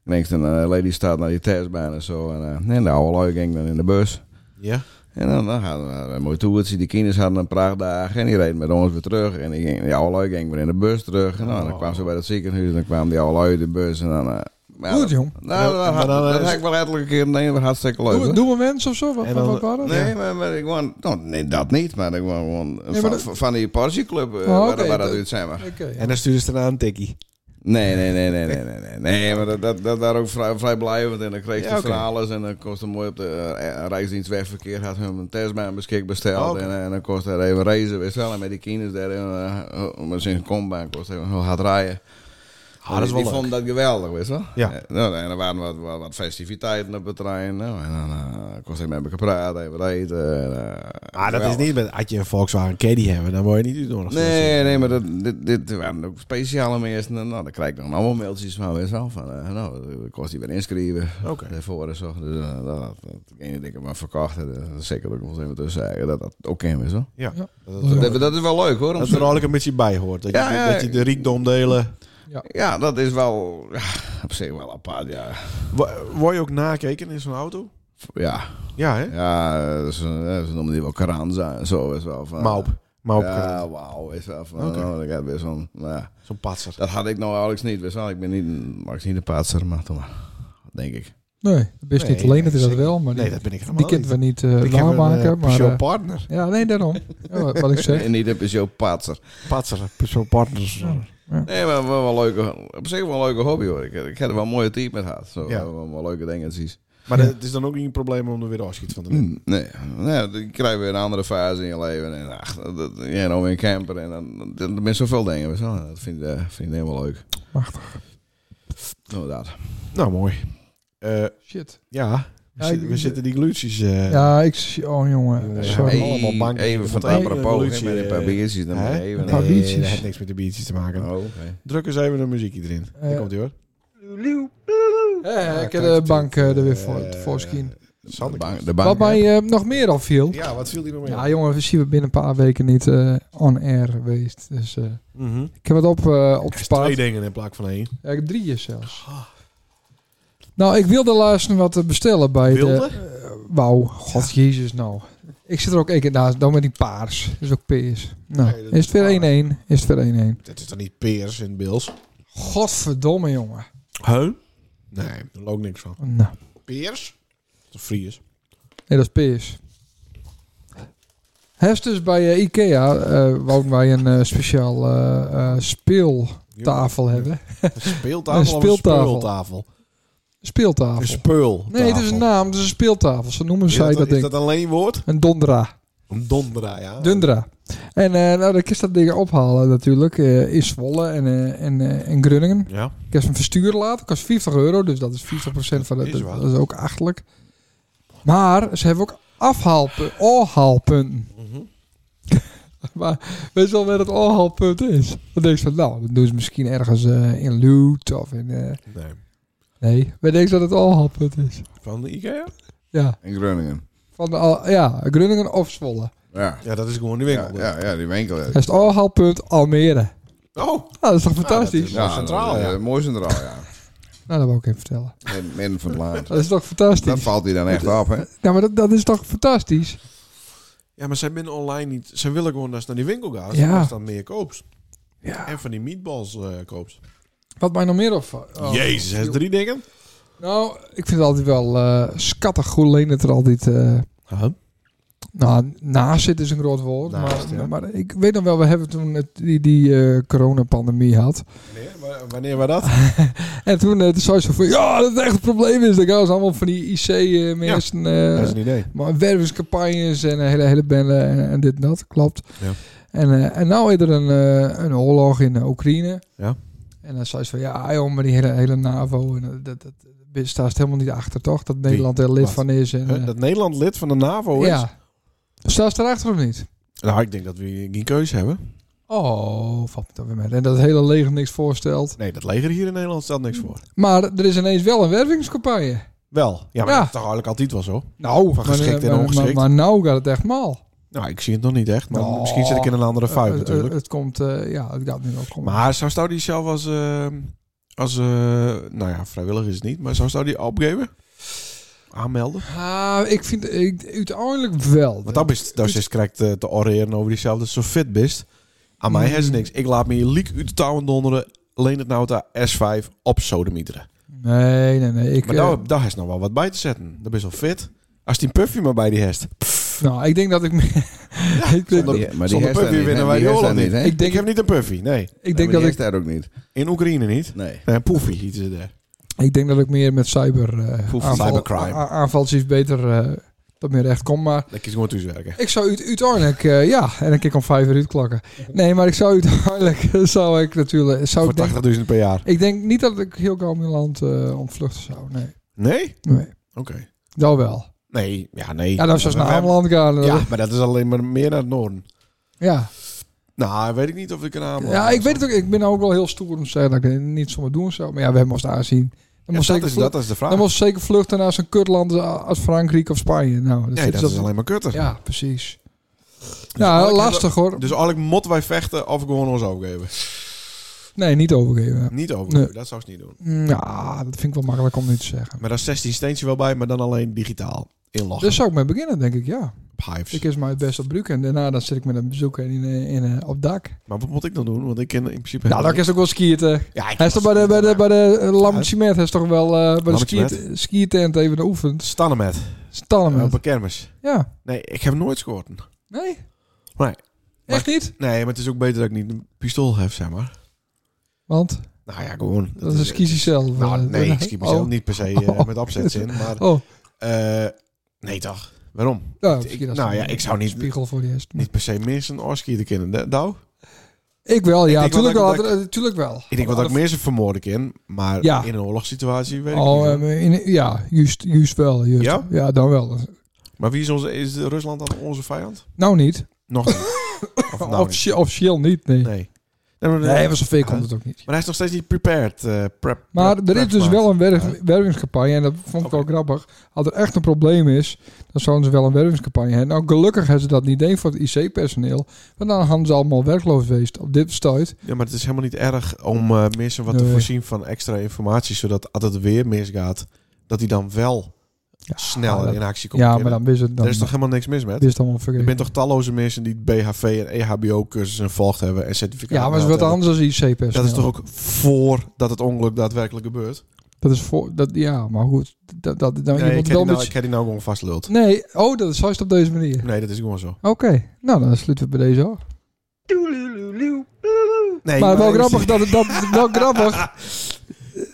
En ik een eh, lady staat naar die testbaan en zo. En, eh, en de oude lui ging dan in de bus. Ja. En dan, dan hadden we een mooi toertje. Die kinderen hadden een prachtdag. En die reden met ons weer terug. En die, ging, die oude lui ging weer in de bus terug. En dan, Oh. dan kwamen ze bij dat ziekenhuis. En dan kwamen die oude lui in de bus. En dan... eh, maar ja, Goed, jong. nou, dat, Maar had, dan, eh, dat heb ik wel letterlijk een keer nee, dat was hartstikke leuk. Doe, hoor. doe maar mensen of zo? Wat, En wat, dan- wat waren dat? nee, maar, maar ik gewoon, nou, nee, dat niet, maar ik gewoon, gewoon maar van, dat- van- van die Porsche-club, eh, Oh, waar, oké, waar dat- dat uit zijn maar. Oké. En dan sturen ze daarna een tikkie. Nee, nee, nee, nee, nee, nee, nee, nee, maar dat, dat, dat daar ook vrij, vrijblijvend en dan kreeg je Ja, oké. van alles en dan kost het mooi op de eh, Rijksdienst Wegverkeer, had hun een testbaan beschik besteld Oh, oké. en, eh, en dan kost er even reizen, weet je wel, en met die kinders daar, eh, met zijn kombaan kost even heel hard rijden. Ah, dat is die wel die leuk. vonden dat geweldig, weet je wel? Ja. Eh, nou, en er waren wat, wat, wat festiviteiten op het terrein. Nou, en dan eh, kon ze even met me praten, even eten. En, eh, Ah, dat is geweldig. niet, met- als je een Volkswagen Caddy hebben, dan word je niet uitnodigd. Nee, nee, maar dat, dit, dit waren ook speciale mensen. En, Nou, daar krijg ik dan allemaal mailtjes van mezelf. Van, eh, nou, dat kost die weer inschrijven. Oké. Daarvoor en zo. Dus eh, dat, dat, ene ding maar verkocht. eh, dat is Zeker dat ik ons even tussen zeggen dat dat ook hem is. Hoor. Ja. Ja. Dat, Ja. dat, Dat, dat is wel leuk hoor. om dat er zo- eigenlijk een beetje bij hoort. Dat, Ja, je, ja, dat je de rijkdom delen. ja, dat is wel ja, op zich wel apart. Ja, Wo- Word je ook nakeken in zo'n auto? ja, Ja, hè? ja eh, ze, eh, ze noemen die wel Karanza en zo. Is wel van, Maup. Maup. Ja, wauw. Is wel van. Oké. oh, dat gaat weer zo'n. nou ja. eh, Zo'n patser. dat had ik nou eigenlijk niet. Weet je wel. Ik ben niet, een- maar ik ben niet de paatser, maar toch maar. Denk ik. Nee, dat wist Nee, niet alleen, nee, dat is dat zeker. wel. Maar die, Nee, dat ben ik helemaal die kunnen we niet. niet eh Ik heb een waarmaken. eh, maar, Peugeot eh, partner. ja, nee, daarom. Ja, wat wat ik zeg. En niet een Peugeot Patser. Patser. Peugeot partners. Nee, maar wel, wel leuke, op zich wel een leuke hobby hoor. Ik, ik heb er wel een mooie team met gehad. Zo, Ja. wel, wel leuke dingen precies. Maar eh, het is dan ook niet een probleem om er weer afschiet van te nemen. Nee, nee, dan krijg je weer een andere fase in je leven. En ach, dat, dat- je hebt nog weer een camper en dan, dan, dan ben je zoveel dingen. weet je wel. Dat vind, ik, eh, vind ik helemaal leuk. Machtig. Inderdaad. Nou, mooi. Eh, Shit. ja, we, Mm. Ja, zi- ik- we zitten die glutjes. eh, Ja, ik... zie- Oh, jongen. Ja, Sorry. hey, allemaal bang. Even van Want de één apropos. evolutie, Met een paar eh, biertjes. Dan hè? even. paar nee, biertjes. dat heeft niks met de biertjes te maken. Oh, oké. Druk eens even een muziekje erin. Daar Eh, komt hij hoor. Eh, ik heb kijk, de bank eh, er weer eh, voor, voor skiën. De Sander. bank. De Wat bank mij hè? eh, nog meer afviel... Ja, wat viel die nog meer? Ja, jongen, we zien we binnen een paar weken niet eh, on air geweest. Dus eh, Mhm. ik heb het op, eh Er is twee opgespaard. dingen in plaats van één. Ja, ik heb drie is zelfs. Nou, ik wilde laatst wat eh, bestellen bij Wilde? de... Wauw, god jezus nou. Ik zit er ook één keer naast, dan met die paars. Dat is ook peers. Nou, Nee, dat is is het weer 1-1? Is het weer 1-1? Dat is toch niet peers in Bills? Godverdomme, jongen. Heun? Nee, daar loopt niks van. Nou, Peers? De Fries. nee, dat is peers. Hest dus bij eh, Ikea eh wouden wij een eh, speciaal eh, eh, speeltafel hebben. Een speeltafel Een of speeltafel. een speeltafel? Speeltafel. Een speul. Nee, het is een naam. Het is een speeltafel. Zo noemen Is zij dat, dat, is ding. dat alleen woord? Een dondra. Een dondera, ja. Dundra. En eh, nou, dan kun je dat ding ophalen natuurlijk. eh in Zwolle en, eh en, eh, en Groningen. Ja. Ik heb hem versturen laten. Kost 40 euro. Dus dat is 40% van de, is dat, wat. dat is ook achterlijk. Maar ze hebben ook afhaalpunten. Afhaalpunten. maar weet je wel waar dat afhaalpunt is? Dan denk je van, nou, dat doen ze misschien ergens eh, in Loot of in... eh, Nee. nee, wij denken dat het afhaalpunt is. Van de Ikea? Ja, eh, In Groningen. van de, al- ja Groningen of Zwolle. Ja. Ja, dat is gewoon de Ja, winkel. ja, ja, die winkel. Ja, Dat is het afhaalpunt Almere. Oh, Nou, dat is toch fantastisch? Ja, centraal, ja. eh, Mooi centraal, ja. Nou, dat wil ik even vertellen. Midden- Midden van het land. Dat is toch Dat fantastisch? valt hij dan echt op, hè? Ja, maar dat, dat is toch fantastisch? ja, maar zij binnen online niet. Zij willen gewoon dat ze naar die winkel gaan. Ja. Ja. Dat ze dan meer koopst. Ja. En van die meatballs eh koopst. Wat mij nog meer op... oh. Jezus, hij is drie dingen. Nou, ik vind het altijd wel eh schattig goed leen dat er altijd... eh nou, naast zit is een groot woord. Naast, maar, ja. maar ik weet nog wel, we hebben toen het, die, die eh, coronapandemie had. Wanneer, wa- wanneer was Eh. dat? En toen, eh, toen zei ze van, ja, dat het echt een probleem is. Dan gaan ze allemaal van die eh, IC-mensen... dat is een idee. Maar wervingscampagnes en een hele, hele bende en, en dit en dat, klopt. Ja. En, eh, en nou is er een, eh, een oorlog in eh, Oekraïne. Ja. En dan zei ze van, ja joh, maar die hele, hele NAVO, en, eh, dat, dat, dat staat er helemaal niet achter toch? Dat Nederland er lid Wat? van is. En, Huh, eh, Dat Nederland lid van de NAVO is? ja. Staat ze erachter of niet? Nou, ik denk dat we hier geen keus hebben. Oh, valt me toch weer met. En dat het hele leger niks voorstelt. Nee, dat leger hier in Nederland stelt niks Hm. voor. Maar er is ineens wel een wervingscampagne. Wel. Ja, maar Ja. dat is toch eigenlijk altijd wel zo? Nou, Van geschikt en maar, ongeschikt. Maar, maar nou gaat het echt mal. Nou, ik zie het nog niet echt. Maar Nou. misschien zit ik in een andere Eh, vibe eh, natuurlijk. het komt, eh, ja, het gaat nu ook komen. Maar zou Stouw die zelf als... eh, als eh, nou ja, vrijwillig is het niet. Maar zou Stouw die opgeven? Aanmelden? Ah, ik vind ik, uiteindelijk wel. Want dan is dat is correct eh, te oreren over diezelfde dat je zo fit bent. Aan mij Hm. is niks. Ik laat me je liek uit de touwen donderen. Leen het nou de S5 op sodemieteren. Nee, nee, nee. Ik, Maar eh, daar, daar is nog wel wat bij te zetten. Dat is wel fit. Als die een puffy maar bij die hest. nou, ik denk dat ik. me- ik denk, zonder- Die- maar die Zonder heeft daar puffy niet, hè? winnen wij Die de oorlog heeft daar niet. hè? ik Ik denk, heb niet een puffy, nee. ik, Nee, denk maar die dat heeft ik, daar ook niet. In Oekraïne niet. Nee. Nee, een poefy iets daar. ik denk dat ik meer met cyber. eh, Voor aanval- cybercrime. a- a- aanvalsjes beter. eh tot meer recht kom. Maar Dat is gewoon thuiswerken. ik zou uit- uiteindelijk. eh, ja, en dan kan ik om vijf uur uitklakken. Nee, maar ik zou uiteindelijk. zou ik natuurlijk. Zou ik, denk, Voor 80.000 per jaar. ik denk niet dat ik heel gauw mijn land eh ontvluchten zou. Nee. Nee? nee. Oké. Dat wel. Nee, ja, nee. Ja, dan zou ze naar Ameland gaan. eh, Ja, maar dat is alleen maar meer naar het noorden. ja. Nou, weet ik niet of ik een Ameland... Ja, ik weet het ook. Ik ben ook wel heel stoer om te zeggen dat ik het niet zomaar doen zou. Maar ja, we moesten aanzien. Ja, Dan moest dat, zeker is, vluchten, dat is de vraag. dan moest zeker vluchten naar zo'n kutland als Frankrijk of Spanje. Nou, dat nee, dat, dat- is Dus alleen maar kutter. Ja, precies. ja, eigenlijk- lastig hoor. Dus eigenlijk moeten wij vechten of gewoon ons overgeven. Nee, niet overgeven. Niet overgeven, Nee. dat zou ik niet doen. Ja, dat vind ik wel makkelijk om nu te zeggen. Maar daar is 16 steentje wel bij, maar dan alleen digitaal. Inloggen Daar zou ik mee beginnen, denk ik, ja. op Hives. Dus- Ik is maar het best op Brugge en daarna dan zit ik met een bezoeker in, eh, in, eh, op dak. Maar wat moet ik dan doen? Want ik ken in principe... Nou, dat is ook wel skieten. Ja, ik Hij is toch bij de, bij de, bij de eh, Lammert Cement, hij is toch wel eh, bij de Lammert Cement? skiert- skiertent even oefend. Stannen met. Stallen Op met. een kermis. Ja. Nee, ik heb nooit schoten. Nee? Nee. Echt niet? Nee, maar het is ook beter dat ik niet een pistool heb, zeg maar. Want Nou ja, gewoon. dat is kies jezelf. Nou, eh, nee, ik schiet mezelf oh. niet per se eh, met opzet in. Maar Oh, eh, nee toch? Waarom? nou, Ik- misschien als nou een ja, ik zou niet- Spiegel voor de eerst. Niet per se meer een oorskieten kunnen. Douw? Ik wel, ja, denk wel tuurlijk dat wel. ik- dat eh, Tuurlijk wel. Ik denk wel dat ik meer ze vermoorden kan. Maar Ja. in een oorlogssituatie weet ik Oh, niet. eh, in- ja, juist, juist wel. Juist. Ja? dan wel. maar wie is, onze, is Rusland dan onze vijand? Nou niet. Nog niet. of nou of, niet. Shell- of Shell niet, nee. Nee, Nee. Nee, maar, maar zover komt het ook niet. maar hij is nog steeds niet prepared. eh, prep, Maar prep- er is dus prep wel een werv- Ja. wervingscampagne. En dat vond ik wel grappig. Als er echt een probleem is, dan zouden ze wel een wervingscampagne hebben. Nou, gelukkig hebben ze dat niet deed voor het IC-personeel. Want dan hadden ze allemaal werkloos geweest op dit stuit. Ja, maar het is helemaal niet erg om eh mensen wat Nee. te voorzien van extra informatie. Zodat als het weer misgaat, dat hij dan wel sneller dat- in actie komt. Ja, Kijk, maar dan wist het dan. Dus- Er is toch helemaal niks mis met? dit is dan wel Er vergeten. zijn toch talloze mensen die BHV en E EHBO-cursussen volgd hebben en certificaten Ja, maar het is gehaald wat hebben. anders dan IC-personeel. Dat is toch ook voordat het ongeluk daadwerkelijk gebeurt? Dat is voor... Dat, ja, maar goed. Dat, dat, dan dus- Nee, ik iemand heb wel die een nou, beetje- ik heb die nou gewoon vastlult. Nee, oh, dat is juist op deze manier. Nee, dat is gewoon zo. Oké, nou dan sluiten we bij deze af. Nee, maar wel er is- grappig dat, het- dat wel grappig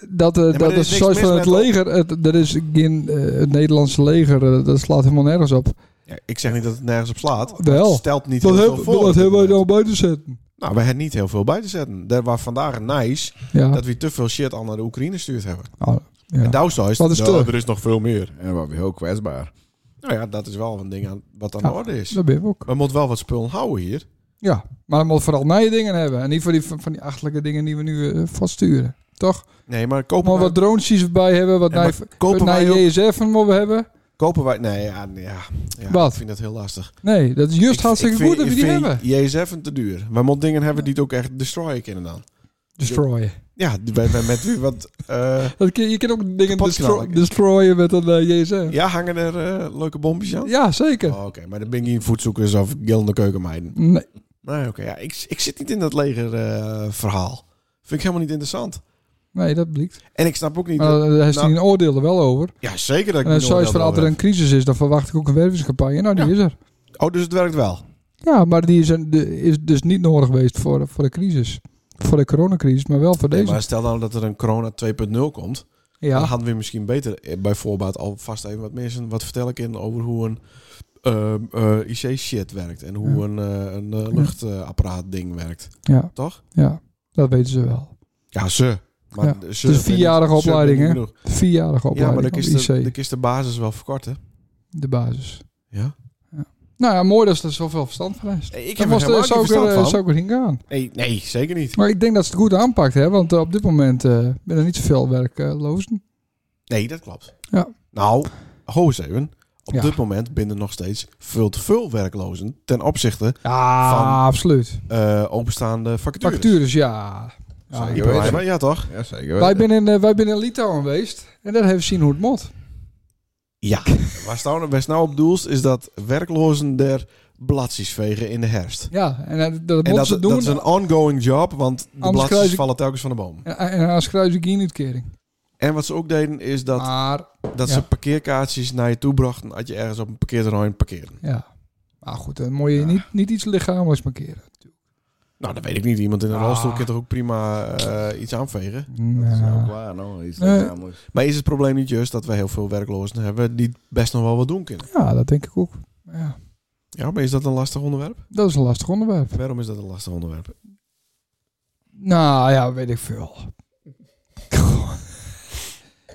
dat, eh, maar dat er is de niks soort van mis het met- leger, het, er is geen, eh, het Nederlandse leger, eh, dat slaat helemaal nergens op. Ja, ik zeg niet dat het nergens op slaat. maar Wel. Het stelt niet Dat, heel heb, veel voor. dat hebben wij inderdaad. dan buiten zetten. Nou, we hebben niet heel veel bij te zetten. Daar waar vandaag nice Ja, dat we te veel shit aan naar de Oekraïne stuurd hebben. Oh, ja. En daar is Wat is nou, terug? er is nog veel meer. En dan waren we heel kwetsbaar. Nou ja, dat is wel een ding aan, wat aan Ja. de orde is. dat ben ik ook. We moeten wel wat spullen houden hier. Ja, maar dan moet vooral nieuwe dingen hebben. En niet van die, van die achterlijke dingen die we nu eh, vaststuren. Toch? Nee, maar kopen Maar wij, wat drones erbij hebben, wat Ja, maar naar kopen wij ook- JSF moeten we hebben. kopen wij... Nee, ja, nee, ja, ja Wat? ik vind dat heel lastig. Nee, dat is Ik- juist ik hartstikke vind- goed dat we ik die vind hebben. JSF en te duur. We moeten dingen hebben die het ook echt destroyen kunnen dan. Destroyen. Ja, die- wij- wij met wie wat... eh, Dat kun, je kunt ook dingen Kapot destro- knallen. destroyen met een eh, JSF. ja, hangen er eh, leuke bompjes aan? Ja, zeker. Oh, Oké, maar dan ben ik geen voedzoekers of dus gillende keukenmeiden. Nee. Nee, oké. ja, ik, ik zit niet in dat leger eh, verhaal. Vind ik helemaal niet interessant. Nee, dat blikt. En ik snap ook niet... Maar dat- daar is hij nou- een oordeel er wel over. ja, zeker dat ik En niet als zoiets oordeel van als er over een crisis is, dan verwacht ik ook een wervingscampagne. Nou, die Ja. is er. heb. Oh, dus het werkt wel. Ja, maar die is, een, de, is dus niet nodig geweest voor, voor de crisis. Voor de coronacrisis, maar wel voor Nee, deze. maar stel nou dat er een corona 2.0 komt. Dan ja, hadden we misschien beter eh, bij voorbaat al vast even wat mensen. Wat vertel ik in over hoe een eh, IC-shit werkt. En hoe Ja. een, eh, een luchtapparaat ding werkt. ja, Toch? ja, dat weten ze wel. Ja, ze. Maar Ja, ze het is zijn niet- vierjarige ze zijn opleiding, niet hè? genoeg. Vierjarige Ja, maar opleiding dan op is de, IC, dan is de basis wel Eh, verkort, hè? de basis. Ja. Nou ja, mooi dat ze er zoveel verstand van heeft. Nee, ik heb Dan was er er- helemaal zou geen ik er verstand eh, van. zou ik erin gaan. Nee, nee, zeker niet. Maar ik denk dat ze het goed aanpakt, hè? Want eh, op dit moment eh ben er niet zoveel werklozen. Nee, dat klopt. Ja. Nou, ho eens even. Op Ja. dit moment binnen nog steeds veel te veel werklozen ten opzichte Ja, Van- absoluut. eh, openstaande vacatures. Vacatures, ja. Ja, Zeker ik- weten. Ja, maar ja, toch? Ja, zeker wij, weten. zijn in, eh, wij zijn in Litouwen geweest en daar hebben we zien hoe het mot. Ja. Waar staan we nou op doelst is dat werklozen der bladjes vegen in de herfst. Ja, en eh, dat En moeten dat, ze dat doen. is een ongoing job, want de Anders bladjes krijg ik- vallen telkens van de boom. En, en als kruis ik geen uitkering. En wat ze ook deden is dat, Maar, dat Ah, ja. ze parkeerkaartjes naar je toe brachten als je ergens op een parkeerterrein parkeerde. ja. Maar goed, dan moet je niet, niet iets lichamelijks markeren. Nou, dat weet ik niet. Iemand in een Ah. rolstoel kan toch ook prima eh, iets aanvegen? Dat is ook Nou, waar, nou. Iets Nee. lichamelijks. Maar is het probleem niet juist dat we heel veel werklozen hebben die best nog wel wat doen kunnen? ja, dat denk ik ook. Ja, Ja, maar is dat een lastig onderwerp? dat is een lastig onderwerp. Waarom is dat een lastig onderwerp? Nou ja, weet ik veel.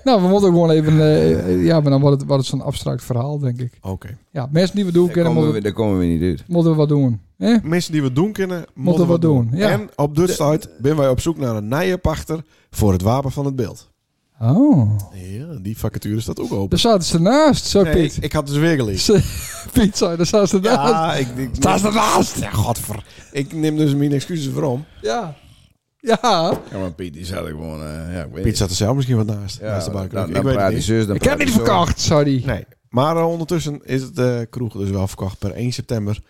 nou, we moeten ook gewoon even. eh, ja, maar dan wordt het, wordt het zo'n abstract verhaal, denk ik. Oké. Ja, mensen die we doen Daar kennen, komen, we, moeten, daar komen we niet uit. moeten we wat doen. hè? Mensen die wat doen kunnen, moeten, Moeten wat wat doen. doen, ja. En op dit site ben wij op zoek naar een nijenpachter voor het wapen van het beeld. Oh. Ja, die vacature staat ook Daar open. zaten ze naast, zo Nee, ik, Piet. ik had dus weer gelezen. Ze- Piet, zei, daar zaten ze naast. Ja. Ja, ik... ik staat ernaast! Ja, godver. Ik neem dus mijn excuses voor om. Ja. Ja, maar Piet, die zat er gewoon... eh, ja, ik weet Piet zat er zelf misschien wat naast. Ja, naast de dan, bank. dan, ik weet praat het die niet. zus, dan Ik praat heb niet die zo. verkocht, zei die. Nee. Maar eh, ondertussen is het de kroeg dus wel verkocht per 1 september.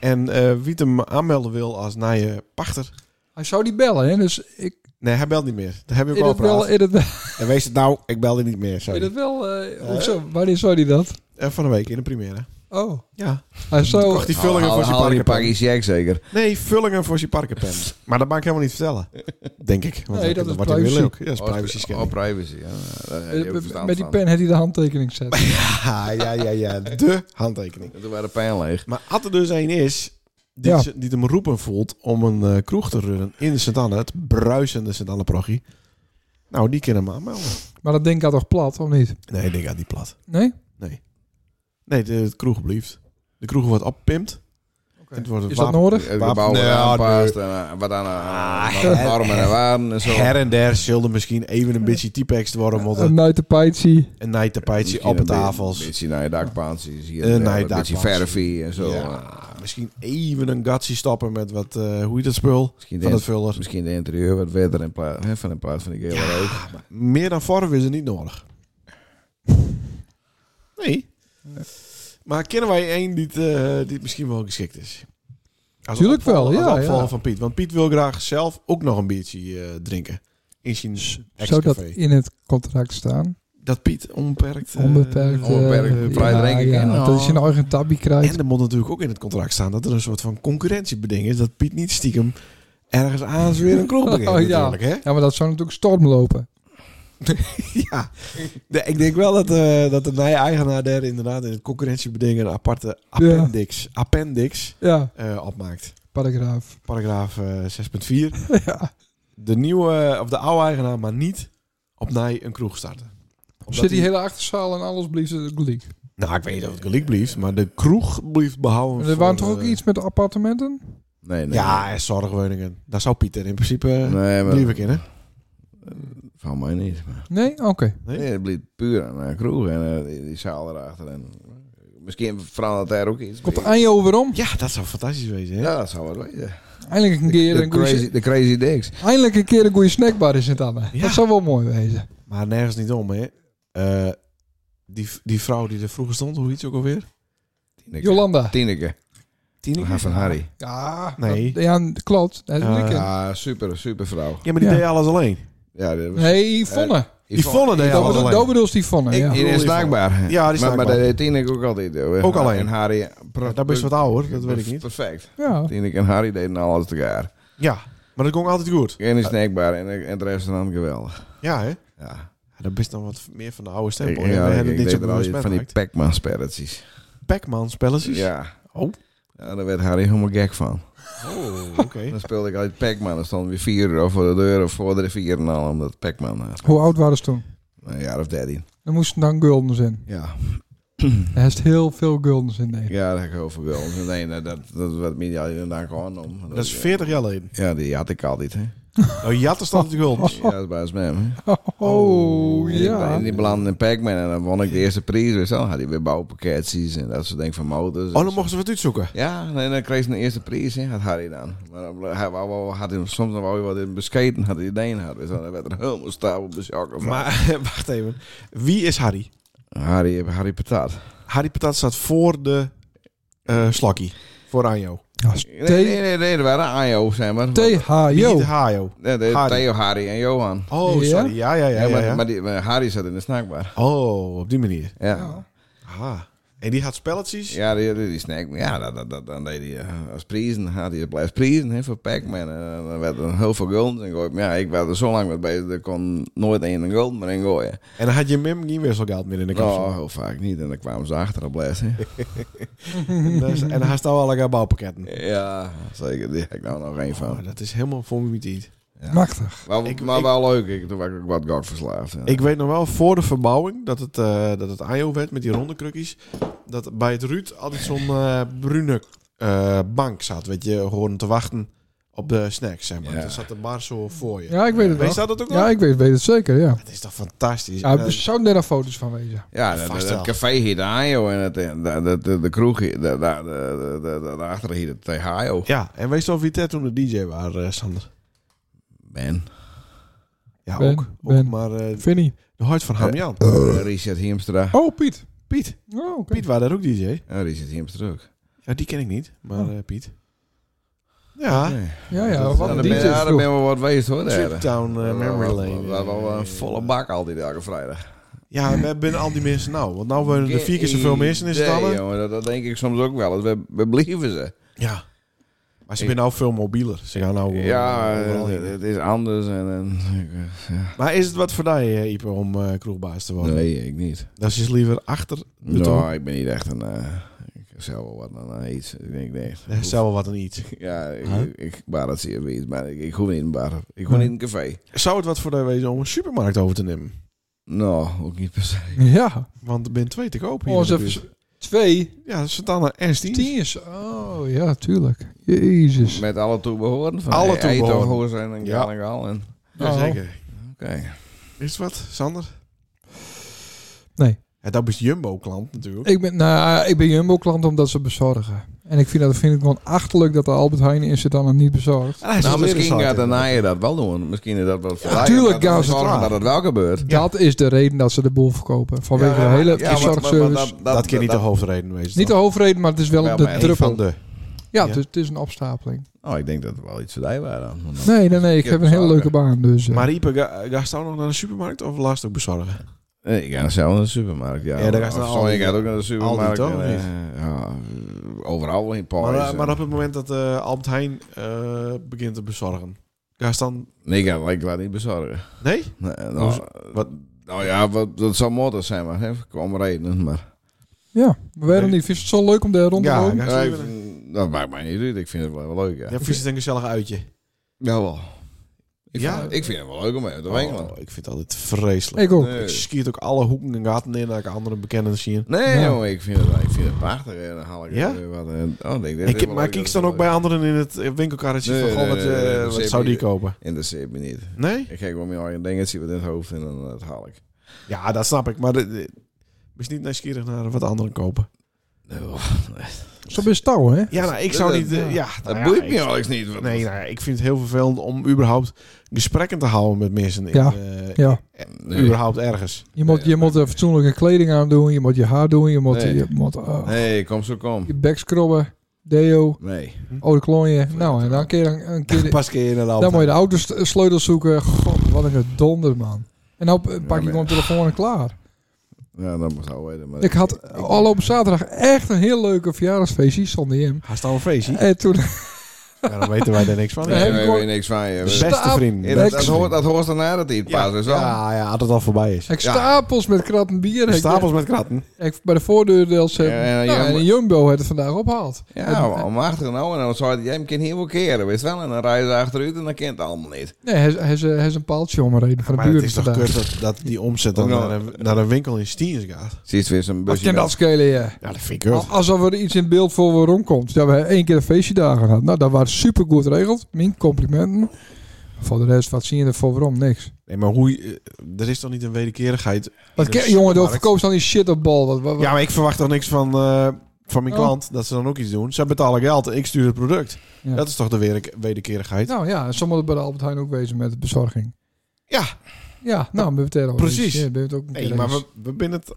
En eh, wie het hem aanmelden wil als nijenpachter... Hij zou die bellen, hè? Dus ik. Nee, hij belt niet meer. Dat heb ik Is ook al het praat. wel. Is het wel. En wees het nou, ik belde niet meer. Is Sorry. het wel eh, of zo. Wanneer zou die dat? Eh, van de week in de première. Oh. Ja. Hij zou. Kocht die Haal- vullingen haal- voor zijn haal die parkenpen. pakjes jack zeker. Nee, vullingen voor zijn parkenpen. maar dat mag ik helemaal niet vertellen. Denk ik. Want Nee, dan- dat is dan wordt hij weer privacy. leuk. Ja, dat is privacy Oh, schending. privacy. Ja, Nou, daar heb je ook Met, verstand eh, met die van. pen had hij de handtekening gezet. Ah, ja, ja, ja. De handtekening. En Toen waren de pijn leeg. Maar als er dus één is die, Ja. ze- die het hem roepen voelt om een eh, kroeg te runnen in de Sint-Anne, het bruisende Sint-Anne-prochie. Nou, die kunnen hem aanmelden. Maar dat ding gaat toch plat, of niet? Nee, ik denk aan die plat. Nee? Nee, de, de kroeg blijft. De kroeg wordt oppimpt. En het wordt een Is dat wapen- nodig? Het Wapen- gebouw Nee, wordt ja, aangepast. En, eh, wat aan, Ah, aan, aan her- normen en waarden en zo. Her en der zullen misschien even een beetje typex worden Een moeten. nuitenpijtsie. Een nijtapijtje op de Misschien een be- tafels. beetje naar je dakpaansies. Hier Eh, en naar daar, je Een beetje dakpaansies. verfie en zo. Eh, Ja, misschien even een gatsie stappen met wat, eh, hoe je dat spul Misschien van het de, vuller. misschien de interieur wat wetter in plaats van in plaats van de gele ook. Meer dan vorm is er niet nodig. Nee. Maar kennen wij één die, het, eh, die het misschien wel geschikt is? Als Tuurlijk opvolger- wel, ja, Als opvolger ja. van Piet. Want Piet wil graag zelf ook nog een biertje eh, drinken. In zijn Zou dat ex-café. in het contract staan? Dat Piet onbeperkt... eh, Onbeperkt. eh, onbeperkt vrij drinken ja, kan. Dat je nou eigen tabby krijgt. En er moet natuurlijk ook in het contract staan dat er een soort van concurrentiebeding is. Dat Piet niet stiekem ergens aan weer een kroeg begint Oh, ja. natuurlijk, hè? Ja, maar dat zou natuurlijk storm lopen. Ja, Nee, ik denk wel dat, eh, dat de nieuwe eigenaar daar inderdaad in het concurrentiebeding een aparte appendix, appendix Ja, eh, opmaakt. paragraaf. Paragraaf eh, 6.4. Ja. De nieuwe, of de oude eigenaar, maar niet op nij een kroeg starten. Omdat Zit die hij- hele achterzaal en alles blieft het gelijk. Nou, ik weet niet of het gelijk blijft, maar de kroeg blijft behouden. Er waren voor, toch ook eh, iets met appartementen? Nee, nee. Ja, en zorgwoningen. Daar zou Pieter in principe nee, nee, maar blijven kennen. van mij niet. Maar. Nee? Oké. Nee? Nee, het bleef puur aan een kroeg en eh, die, die zaal erachter. En, misschien verandert daar ook iets. Komt Anjo over om? Ja, dat zou fantastisch wezen, hè? ja, dat zou wel weten. Eindelijk een keer De een goeie, crazy, de crazy Dicks. eindelijk een keer een goede snackbar in Sint-Anne. Ja. Dat zou wel mooi wezen. Maar nergens niet om, hè? Eh, die, die vrouw die er vroeger stond, hoe heet ze ook alweer? Tineke. Jolanda. Tineke. Tineke? Ja, Van Harry. Ja, Nee. dat- ja, klopt. Dat is een Eh, weekend. Ja, super, super vrouw. Ja, maar die Ja. deed alles alleen. Ja, dat was- Nee, Vonne. Yvonne deed dat, alles bedoel, alleen. dat bedoel je Vonne, Eh, Ik- ja. Die is snaakbaar. Ja, die is maar, maar snaakbaar. dat deed Tineke ook altijd. hoor. Ook alleen. En Harry... pra- dat is wat ouder, dat weet ik niet. Perfect. ja. Tineke en Harry deden alles elkaar. Ja, maar dat ging altijd goed. En is snackbar en, en het restaurant geweldig. Ja, hè? Ja. Ja, dat is dan wat meer van de oude Ik, stempel. hè? ja, We ik, hebben ik dit deed soort er altijd bewust van die meegemaakt. Pac-Man spelletjes. Pac-Man spelletjes. Ja. Oh. Ja, daar werd Harry helemaal gek van. Oh, En oké. Dan speelde ik altijd Pac-Man. Dan stonden we vier uur voor de deur of voor de rivier en al. Omdat Pac-Man... eh, Hoe oud waren ze toen? Een jaar of dertien. Er moesten dan guldens in. Ja. Er is heel veel guldens in Nederland. Ja, dat heb ik overweldigd. Nee, dat, dat, dat wat media daar gewoon om. Dat is 40 jaar geleden. Ja, die had ik altijd, hè. Nou, Jatten staat natuurlijk wel. Ja, dat is bij ons mem, hè. Oh, En die- ja. En die belandde in Pac-Man en dan won ik de eerste prijs. Weet je wel. had hij weer bouwpakketjes en dat soort dingen van motors. Oh, dan mochten ze wat uitzoeken. Ja, en dan kreeg ze een eerste prijs, hè, had Harry dan. Maar dan ble- hij wou, wou- had hij, soms dan wou hij wat in bescheten, had hij ideeën had. Weet je wel. Dan werd er helemaal stapel beschokken van. Maar wacht even. Wie is Harry? Harry, eh, Harry Patat. Harry Patat staat voor de eh slakkie. Voor Anjo. Ja, is Nee, nee, nee, nee, dat waren Ajo, zeg maar. Yo. THO. Niet Hajo. Nee, nee, Harry. Theo, Harry en Johan. Oh, Ja? sorry. Ja, ja, ja. Ja, ja, maar, ja. Maar, die, maar Harry zat in de snackbar. Oh, op die manier. Ja. Aha. En die had spelletjes. Ja, die, die, die snack. Ja, dat, dat, dat, dan deed hij eh, als prijzen. Had hij blijft prijzen hè, voor Pac-Man. En dan werd er heel veel gulden in gegooid. Maar ja, ik werd er zo lang mee bezig. Ik kon nooit één een gulden meer in gooien. En dan had je Mim geen wisselgeld meer in de kapsel. Nou, heel vaak niet. En dan kwamen ze achter op les. hè. Dus- en hij staat wel lekker bouwpakketten. Ja, zeker. Die heb ik nou nog één Oh, van. dat is helemaal voor me niet. Machtig. Maar, Ik- maar ik- wel leuk. Ik, toen was ik ook wat gok verslaafd. Ja. Ik weet nog wel, voor de verbouwing, dat het, eh dat het IO werd met die ronde krukjes. Dat bij het Ruud altijd zo'n eh, brune eh, bank zat. Weet je, gewoon te wachten op de snacks, zeg maar. Ja. Dan zat de bar zo voor je. Ja, ik weet het Weet wel. je dat ook nog? Ja, ik weet, weet het zeker, ja. Dat is toch fantastisch. Eh, ja En- er zouden daar foto's van wezen. ja, dat, vast dat, wel. café heette Ajo. En het, eh, dat, dat, de, de kroeg hier- dat- dat- dat- dat- dat- daarachter heette het Ajo. ja, en weet je nog wie daar toen de DJ was, eh, Sander? Ben. Ja, Ben, ook. ook Ben. maar eh, Vinnie. de hart van Hamjan. Eh, Richard Hiemstra. Oh, Piet. Piet. Oh, oké. Piet was daar ook DJ. Ja, Richard Hiemstra ook. Ja, die ken ik niet, maar eh, Piet. Ja, Nee. Ja, ja. Oh. Ja, Wat een dan ben, DJ ja, dan vroeg. ben we wat geweest hoor. daar. Trip Down eh, We Memory hadden wel- Lane. eh. We hadden wel een volle bak altijd elke vrijdag. Ja, en we hebben al die mensen nou. Want nou wonen er vier keer zoveel mensen in Nee, Stallen. jongen, dat, dat denk ik soms ook wel. We, we blijven ze. Ja. Maar ze Ik- zijn nou veel mobieler. Ze gaan nou... eh, Ja, overal het, heen. het is anders. En, en, ik- Maar is het wat voor jou, eh, Ipe, om eh, kroegbaas te worden? nee, ik niet. Dat is dus liever achter de toon. Nou, ik ben niet echt een... eh, ik zou wel wat aan eh, iets. Ik denk, nee. Dat is zelf wel wat een iets. Ja, ik, Huh? ik, ik bar dat zeer weet, maar ik, ik hoef niet in een bar. Ik hoef Nee. niet in een café. Zou het wat voor jou wezen om een supermarkt over te nemen? Nou, ook niet per se. Ja. Want er zijn twee te koop Oh, hier. in de buurt. Onze twee Ja, Santana en Stien. tiers. Oh, ja, tuurlijk. Jezus. Met alle toebehoren. Van Alle eh, Eindhoven toebehoren. zijn en Ja. Galangal. en- Oh. Jazeker. Oké. Is het wat, Sander? Nee. Ja, dat is Jumbo-klant natuurlijk. eh, Ik ben, nou, ik ben Jumbo-klant omdat ze bezorgen. En En ik vind dat vind ik gewoon achterlijk dat de Albert Heijn in zit dan het niet Ah, bezorgt. Nou, misschien gaat de naaier dat wel doen. Misschien is dat wel verdraaien, tuurlijk maar dan gaan ze het zorgen aan. dat het wel gebeurt. Dat is de reden dat ze de boel verkopen. Vanwege de hele Ja, maar- maar- maar zorgservice. Dat, kan niet de hoofdreden wezen. niet de hoofdreden, maar het is wel Ja, maar de één hoofdreden. druppel. Van de... Ja, ja. Dus het is een opstapeling. Oh, ik denk dat het wel iets verdij waren. Want dan- Nee, nee, nee. Ik Ja, heb een hele zaken. leuke baan. Dus, eh. Maar Riepe, ga, ga je nou nog naar de supermarkt of laatst ook bezorgen? Nee, Eh, ik ga dan zelf naar de supermarkt. Ja, Ja, daar gaat Of dan zo, Aldi. ik ga ook naar de supermarkt. Aldi toch, en, of niet? eh, ja, overal wel in Maar, Parijs. eh, maar op het moment dat eh Albert Heijn eh, begint te bezorgen, ga je dan... Nee, ik ga ik laat niet bezorgen. Nee? Nee, Hoe nou, is- wat- nou ja, wat, dat zou motor zijn, maar hè, om redenen. Maar, ja, we werden Nee. niet. Vind je het zo leuk om daar rond te Ja, lopen? ja. Ja, ze ik- dat maakt mij niet uit. Ik vind het wel, wel leuk, ja. Ja, vies het een gezellig uitje. Jawel. Ik, Ja? vind, ik vind het wel Eh. leuk om even te Oh, winkelen. ik vind het altijd vreselijk. Ik ook. Nee. Ik schiet ook alle hoeken en gaten in dat ik andere bekenden zie. Nee, Ja. jongen, ik vind het, ik vind het prachtig. En dan haal ik Ja? weer wat. En, oh, ik denk, dit is Ik, wel maar leuk, kijk dat dan is ook wel bij anderen in het winkelkarretje Nee, van, goh, nee, wat, nee, nee, eh, dat wat zeker zou die niet. kopen? leuk. Interesseert me niet. Nee? Ik kijk wel mijn eigen dingetje wat in het hoofd en dan eh, dat haal ik. Ja, dat snap ik. Maar de- de- wees niet nieuwsgierig naar wat anderen kopen. Nou, Zo best touw, hè? Ja, nou, ik dat- zou dat- niet... eh, ja, Dat nou ja, boeit ik- me Alex niet. want- Nee, nou, ja, ik vind het heel vervelend om überhaupt gesprekken te houden met mensen. in, Ja, eh, ja. Nee. Überhaupt ergens. Je moet, je moet er fatsoenlijke kleding aan doen. Je moet je haar doen. Je moet, Nee. je, moet, eh, Nee, kom zo kom. je bek scrubben. Deo. Nee. Oude klooien. Nou, en dan een keer, een, een keer Pas keer in de Dan moet je de autosleutel zoeken. God, wat een gedonder, man. En dan pak je maar- gewoon telefoon en klaar. Ja, dat moet zo weten. Maar Ik had al op zaterdag echt een heel leuke verjaardagsfeestje zonder hem. Haast al een feestje. En toen Ja, dan weten wij daar niks van. Nee, heb nee, ik nee, gewoon- nee, niks van je. De We- beste Staap- vriend. Ja, Dat, Best- dat, hoort, dat hoort dan nadat hij het paas is. wel. Ja, ja, als het al voorbij is. ik stapels met kratten bier. Ik, Stapels met kratten. ik bij de voordeur deels heb. Ja, ja, nou, ja, en maar- een Jumbo had het vandaag opgehaald. Ja, maar om achter nou en dan zou hij jij hem kind hier wel keren, weet je wel? En dan rijden ze achteruit en dan kent het allemaal niet. Nee, hij is- hij is- hij is een paaltje om een reden van de Maar het buurt is toch vandaag. kut dat, dat die omzet dan Ook nog- naar een, naar een winkel in Stiens gaat. Zie je weer zo'n Wat kan busje. dat schelen, ja. Ja, dat vind ik kut. Al- Alsof er iets in beeld voor we rondkomt. Dat we één keer een feestje dagen hadden. Nou, dat was super goed geregeld. Mijn complimenten. Voor de rest, wat zie je er voor waarom? Niks. Nee, maar hoe... je- eh, Er is toch niet een wederkerigheid? in Wat een ken- jongen, dan supermarkt? verkoopt dan die shit op bal. Wat, wat, wat- Ja, maar ik verwacht toch niks van, eh, van mijn Oh. klant dat ze dan ook iets doen. Ze betalen geld, ik stuur het product. Ja. Dat is toch de weder- wederkerigheid? Nou ja, en sommigen bij de Albert Heijn ook wezen met de bezorging. Ja. Ja, nou, ben je het er al Precies. eens. Ja, ben je het ook een Nee, keer maar eens. we, we binnen het...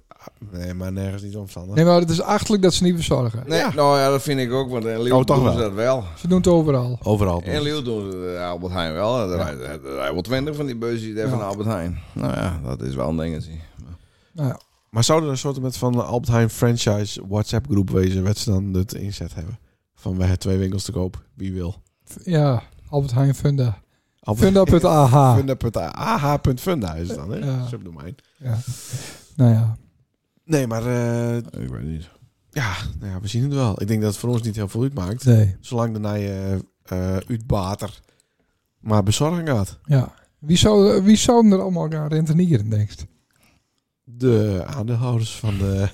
Nee, maar nergens niet omstandig. Nou, Nee, maar het is achterlijk dat ze niet bezorgen. Nee, nou ja, dat vind ik ook, want in Leeuw Oh, toch doen ze wel. dat wel. Ze doen het overal. Overal. In Leeuw doen ze de eh, Albert Heijn wel. Er Ja. rijden- er rijden wel twintig van die busjes daar Ja. van Albert Heijn. Nou ja, dat is wel een dingetje. Nou ja. Maar zou er een soort met van Albert Heijn franchise WhatsApp groep wezen... wat ze dan het inzet hebben? Van we hebben twee winkels te koop, wie wil. ja, Albert Heijn Funda. Albert- Funda.ah. Funda.ah.funda is het dan, hè? Ja. Subdomein. Nou ja. Nee, maar eh, Ik weet niet. ja, nou ja, we zien het wel. Ik denk dat het voor ons niet heel veel uitmaakt. Nee. Zolang daarna je eh uitbater maar bezorgen gaat. Ja. Wie zou, wie zou er allemaal gaan rentenieren, denk je? De aandeelhouders van de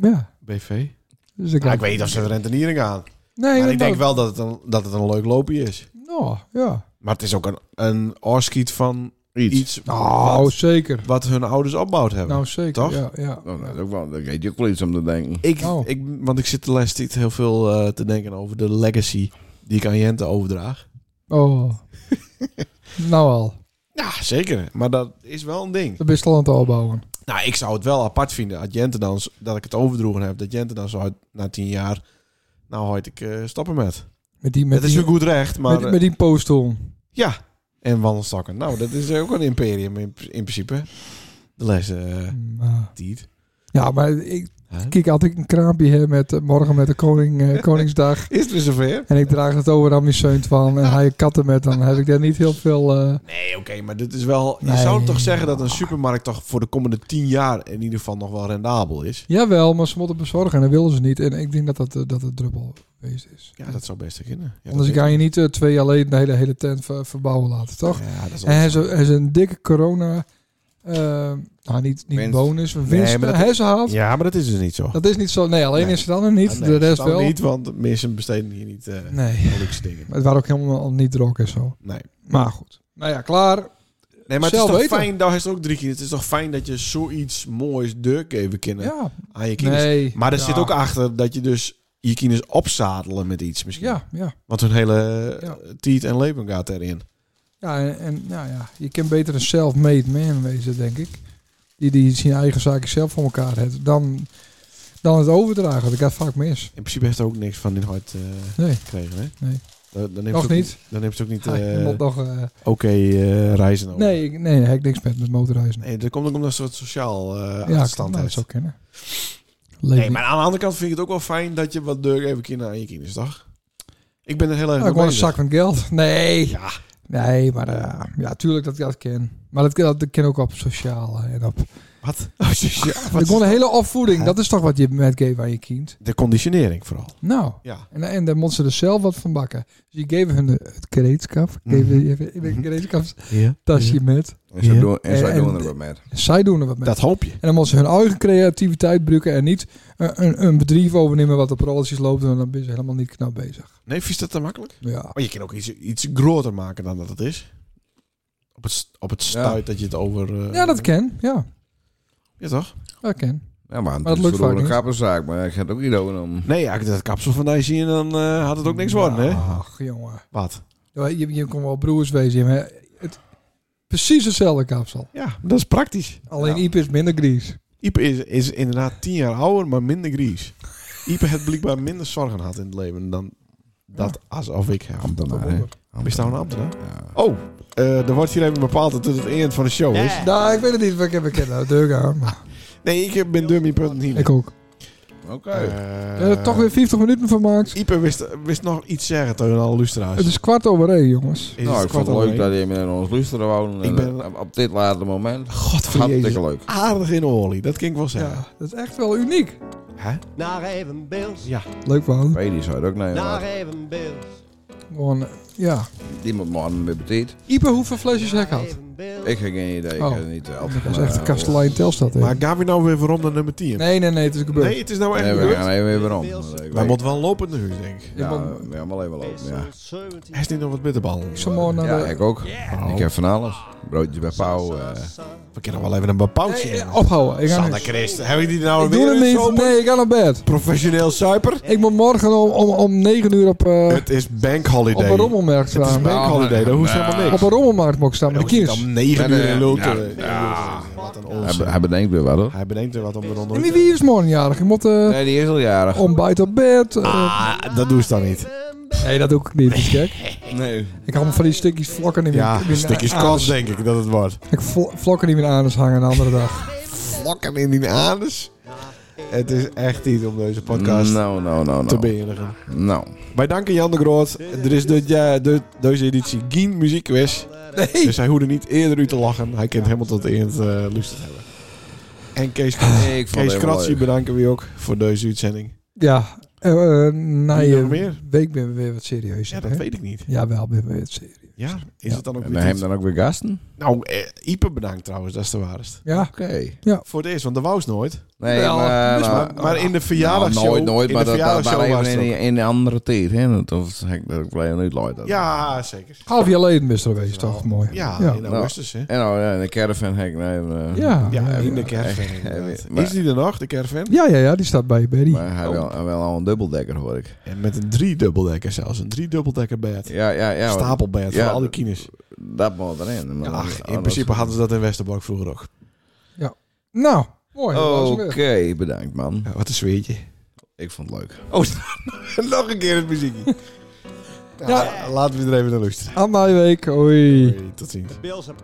Ja. BV. Dus ik Ja, ik weet niet of ze de renteniering aan. Nee, Maar ik denk nou, wel dat het een, dat het een leuk loopje is. Nou, ja. Maar het is ook een, een oorschiet van iets, Nou, wat, zeker. wat hun ouders opbouwd hebben. Nou, zeker. Toch? Oh, Ja, ja. Nou, dat is ook wel, dat weet je ook wel iets om te denken. ik, Oh. ik, want ik zit de laatste tijd heel veel eh, te denken over de legacy die ik aan Jente overdraag. Oh. nou al. Ja, zeker. Maar dat is wel een ding. Dat ben je al aan het opbouwen. Nou, ik zou het wel apart vinden dat Jente dan, dat ik het overdroegen heb. Dat Jente dan zo uit- na tien jaar, nou hoort ik eh, stoppen met. Met die, met dat is die, een goed recht, maar... eh, met, met die posttool. Ja, en wandelstokken. Nou, dat is ook een imperium in, in principe. De les eh Ah. tiet. Ja, maar ik Huh? kijk altijd een kraampje hè, met eh, morgen met de koning, eh, Koningsdag. Is het weer zover? En ik draag het over aan mijn zeunt van. En haal je katten met, dan heb ik daar niet heel veel. eh, Nee, oké, maar dit is wel... Je Nee. zou toch zeggen dat een supermarkt toch voor de komende tien jaar in ieder geval nog wel rendabel is? Jawel, maar ze moeten bezorgen en dat willen ze niet. En ik denk dat dat, eh, dat het druppel geweest is. Ja, dat zou best kunnen. Ja, Anders dat kan je niet eh, twee jaar geleden de hele, hele tent ver- verbouwen laten, toch? Ja, dat is En hij ook is, zo. hij is een dikke corona. eh, nou, niet, niet Winst. bonus, winst. maar dat- hij is gehaald. Ja, maar dat is dus niet zo. eh, Dat is niet zo. Nee, alleen Nee. is het dan er niet. Ah, nee, de rest dat wel. niet, want mensen besteden hier niet eh Nee. luxe dingen. Maar Het waren ook helemaal niet rock en zo. Nee. Maar goed. Nou ja, klaar. Nee, maar het is Zelf toch weten. fijn, daar is het ook drie keer. Het is toch fijn dat je zoiets moois deur even kennen Ja. aan je kinderen. Nee. Maar er Ja. zit ook achter dat je dus je kines opzadelen met iets misschien. Ja, ja. Want hun hele Ja. tiet en leven gaat erin. Ja, en, en nou ja, je kan beter een self-made man wezen, denk ik. Die, die zijn eigen zaken zelf voor elkaar heeft. Dan, dan het overdragen. Dat gaat vaak mis. In principe heeft er ook niks van dit hart eh, Nee. gekregen, hè? Nee. Dan, dan heeft Nog ze ook, niet. Dan heeft ze ook niet Hij eh, moet nog, eh, oké eh, reizen over. nee, ik- nee, hij heeft niks met, met motorreizen. Nee, dat komt ook omdat ze wat sociaal eh ja, achterstand nou, dat heeft. zou kennen. Nee, maar aan de andere kant vind ik het ook wel fijn dat je wat deur even kinderen aan je kinderen toch? Ik ben er heel erg mee gewoon een bezig. zak van geld. Nee. eh, Ja. Nee, maar eh, ja, tuurlijk dat ik dat ken. Maar dat, dat, dat ken ook op sociaal eh, en op... Wat? Oh, sociaal. Maar Wat? gewoon een hele opvoeding. Dat is toch wat je metgeeft aan je kind. De conditionering vooral. Nou. Ja. En, en daar moeten ze er zelf wat van bakken. Dus je geeft hun de- het gereedschap. Geven je even in een gereedschapstasje Mhm. Ja. met. En zij Ja. doen, en zij En- doen er wat mee. Zij doen er wat mee. Dat hoop je. En dan moeten ze hun eigen creativiteit gebruiken. En niet een, een, een bedrijf overnemen wat op rolletjes loopt. En dan ben je helemaal niet knap bezig. Nee, is dat te makkelijk? Ja. Maar je kan ook iets, iets groter maken dan dat het is. Op het, st- op het stuit dat je het over... eh, ja, dat ken. Ja, Ja, toch? dat ken. Ja, maar dat het is lukt vaak voor een niet. kapperszaak, maar ik gaat ook niet doen om. Nee, ja, als ik dat kapsel van daar zie, dan eh, had het ook niks worden, hè? Ach, jongen. Wat? Ja, Je, je kon wel broers wezen. Maar het, precies hetzelfde kapsel. Ja, dat is praktisch. Alleen Iep is minder gries. Ipe is, is inderdaad tien jaar ouder, maar minder gries. Ipe heeft blijkbaar minder zorgen gehad in het leven dan dat alsof ik heb. Ambtenaar, hè? Nou, Is dat een ambtenaar? Ja. Oh, eh, er wordt hier even bepaald dat het het eind van de show is. Nou, ik weet het niet. maar Ik heb een kind uit de deur gehaald, maar Nee, ik ben door mijn punt niet. Ik ook. Oké. Eh, We hebben er toch weer 50 minuten van gemaakt. Ipe wist, wist nog iets zeggen tegen alle luisteraars. Het is kwart over één, jongens. Is Nou, het ik vond het kwart leuk over één? dat je met ons luisteren wou. Ik Ik ben- ben... Op dit late moment. Godverjezus. Hartstikke leuk. Aardig in de olie, dat kan ik wel zeggen. Ja, dat is echt wel uniek. Hè? Naar even Bills. Leuk man. Weet je, zou het ook nemen. Naar maar even Bills. Gewoon, eh, ja. Die moet morgen weer betiet. Ipe, hoeveel flesjes hek Naar had? even Bills. Ik heb geen idee. Ik Oh. heb het niet eh, altijd. Dat is echt de kastelein Telstad. hè. Maar gaan we nou weer waarom naar nummer 10? Nee, nee, nee, het is gebeurd. Nee, het is nou echt Nee, eh, we gebeurd. gaan even weer om. Wij moeten wel lopend nu, denk ik. Ja, Ik we gaan wel even lopen. Ja, Wissel 17. Hij is niet nog wat bitterballen. Ik zal morgen naar ja de... ik ook. Oh. Ik heb van alles. Broodjes bij Pauw. eh. We kunnen nog wel even een bepaaldje Nee, in. eh, ophouden. Ik, ga Sanne niet. Christ, heb ik die nou ik weer doe het in zo'n niet. Nee, ik ga naar bed. professioneel suiper? Ik moet morgen om, om, om 9 uur op, eh, Het is op bankholiday. een rommelmarkt Het is staan. bankholiday, dat hoeft helemaal niks. Op een rommelmarkt moet ik staan met de Hij zit kinders. Om 9 Maar, uur eh, in lul te- ja, in ja. lul te- Wat een Hij, be- onzin. hij bedenkt weer wat hoor. Hij bedenkt er wat om er En wie, onder wie is morgen jarig? Ik moet eh, Nee, die is al jarig. ontbijt op bed. eh. Ah, dat doe ze dan niet. nee, dat doe ik niet. Dat is gek. Nee. Ik hou me van die stukjes vlokken in mijn Ja, in mijn stukjes anus. kans denk ik dat het wordt. Ik vlo- vlokken in mijn anus hangen een andere dag. Vlakken in die anus. Het is echt niet om deze podcast Nou, nou, nou, te nou. beëindigen. Nou. Wij danken Jan de Groot. Er is dit jaar, de, deze editie geen muziekquiz. Nee. Dus hij hoefde niet eerder u te lachen. Hij kent helemaal tot de eind eh luisterd hebben. En Kees, Nee, ik vond Kees het helemaal Kratje leuk. bedanken we ook voor deze uitzending. Ja, eh, eh, na Wie je nog meer? week ben we weer wat serieus. Ja, dat weet ik niet. Jawel, ben we weer wat serieus. Ja, is het dan ook En dan hem weer dan ook weer gasten? Nou, eh, Ipe bedankt trouwens, dat is de waarheid. Ja, Oké. Voor het eerst, want de wou is nooit. Nee, Wel, maar... dus nou, Maar, maar in de verjaardagshow... Nou, nooit, nooit, in maar de dat, dat, maar verjaardagshow was even het in, ook. in een andere tijd, hè. Dat of zeg ik dat ik blijf niet leuk. dat. Ja, zeker. half jaar geleden ben je er geweest, toch? Mooi. Ja, Ja. in augustus, hè. En nou, ja, in de caravan hek, nee. eh. maar- Ja, Ja, ja, in de ja. caravan. Ja, inderdaad. maar- Is die er nog, de caravan? Ja, ja, ja, die staat bij je, Betty. Maar hij wil, hij wil al een dubbeldekker, hoor ik. En met een driedubbeldekker zelfs. Een driedubbeldekker bed. Ja, ja, ja. want Stapelbed ja, voor al die kines. Dat moet erin. Maar- Ach, oh, dat- in principe hadden ze dat in Westerbork vroeger ook. Nou, mooi. dat was hem Oké, weer. bedankt, man. Ja, wat een zweetje. Ik vond het leuk. Oh, nog een keer het muziekje. Ja, laten we er even naar luisteren. Aan mijn week, hoi. Tot ziens. Bills en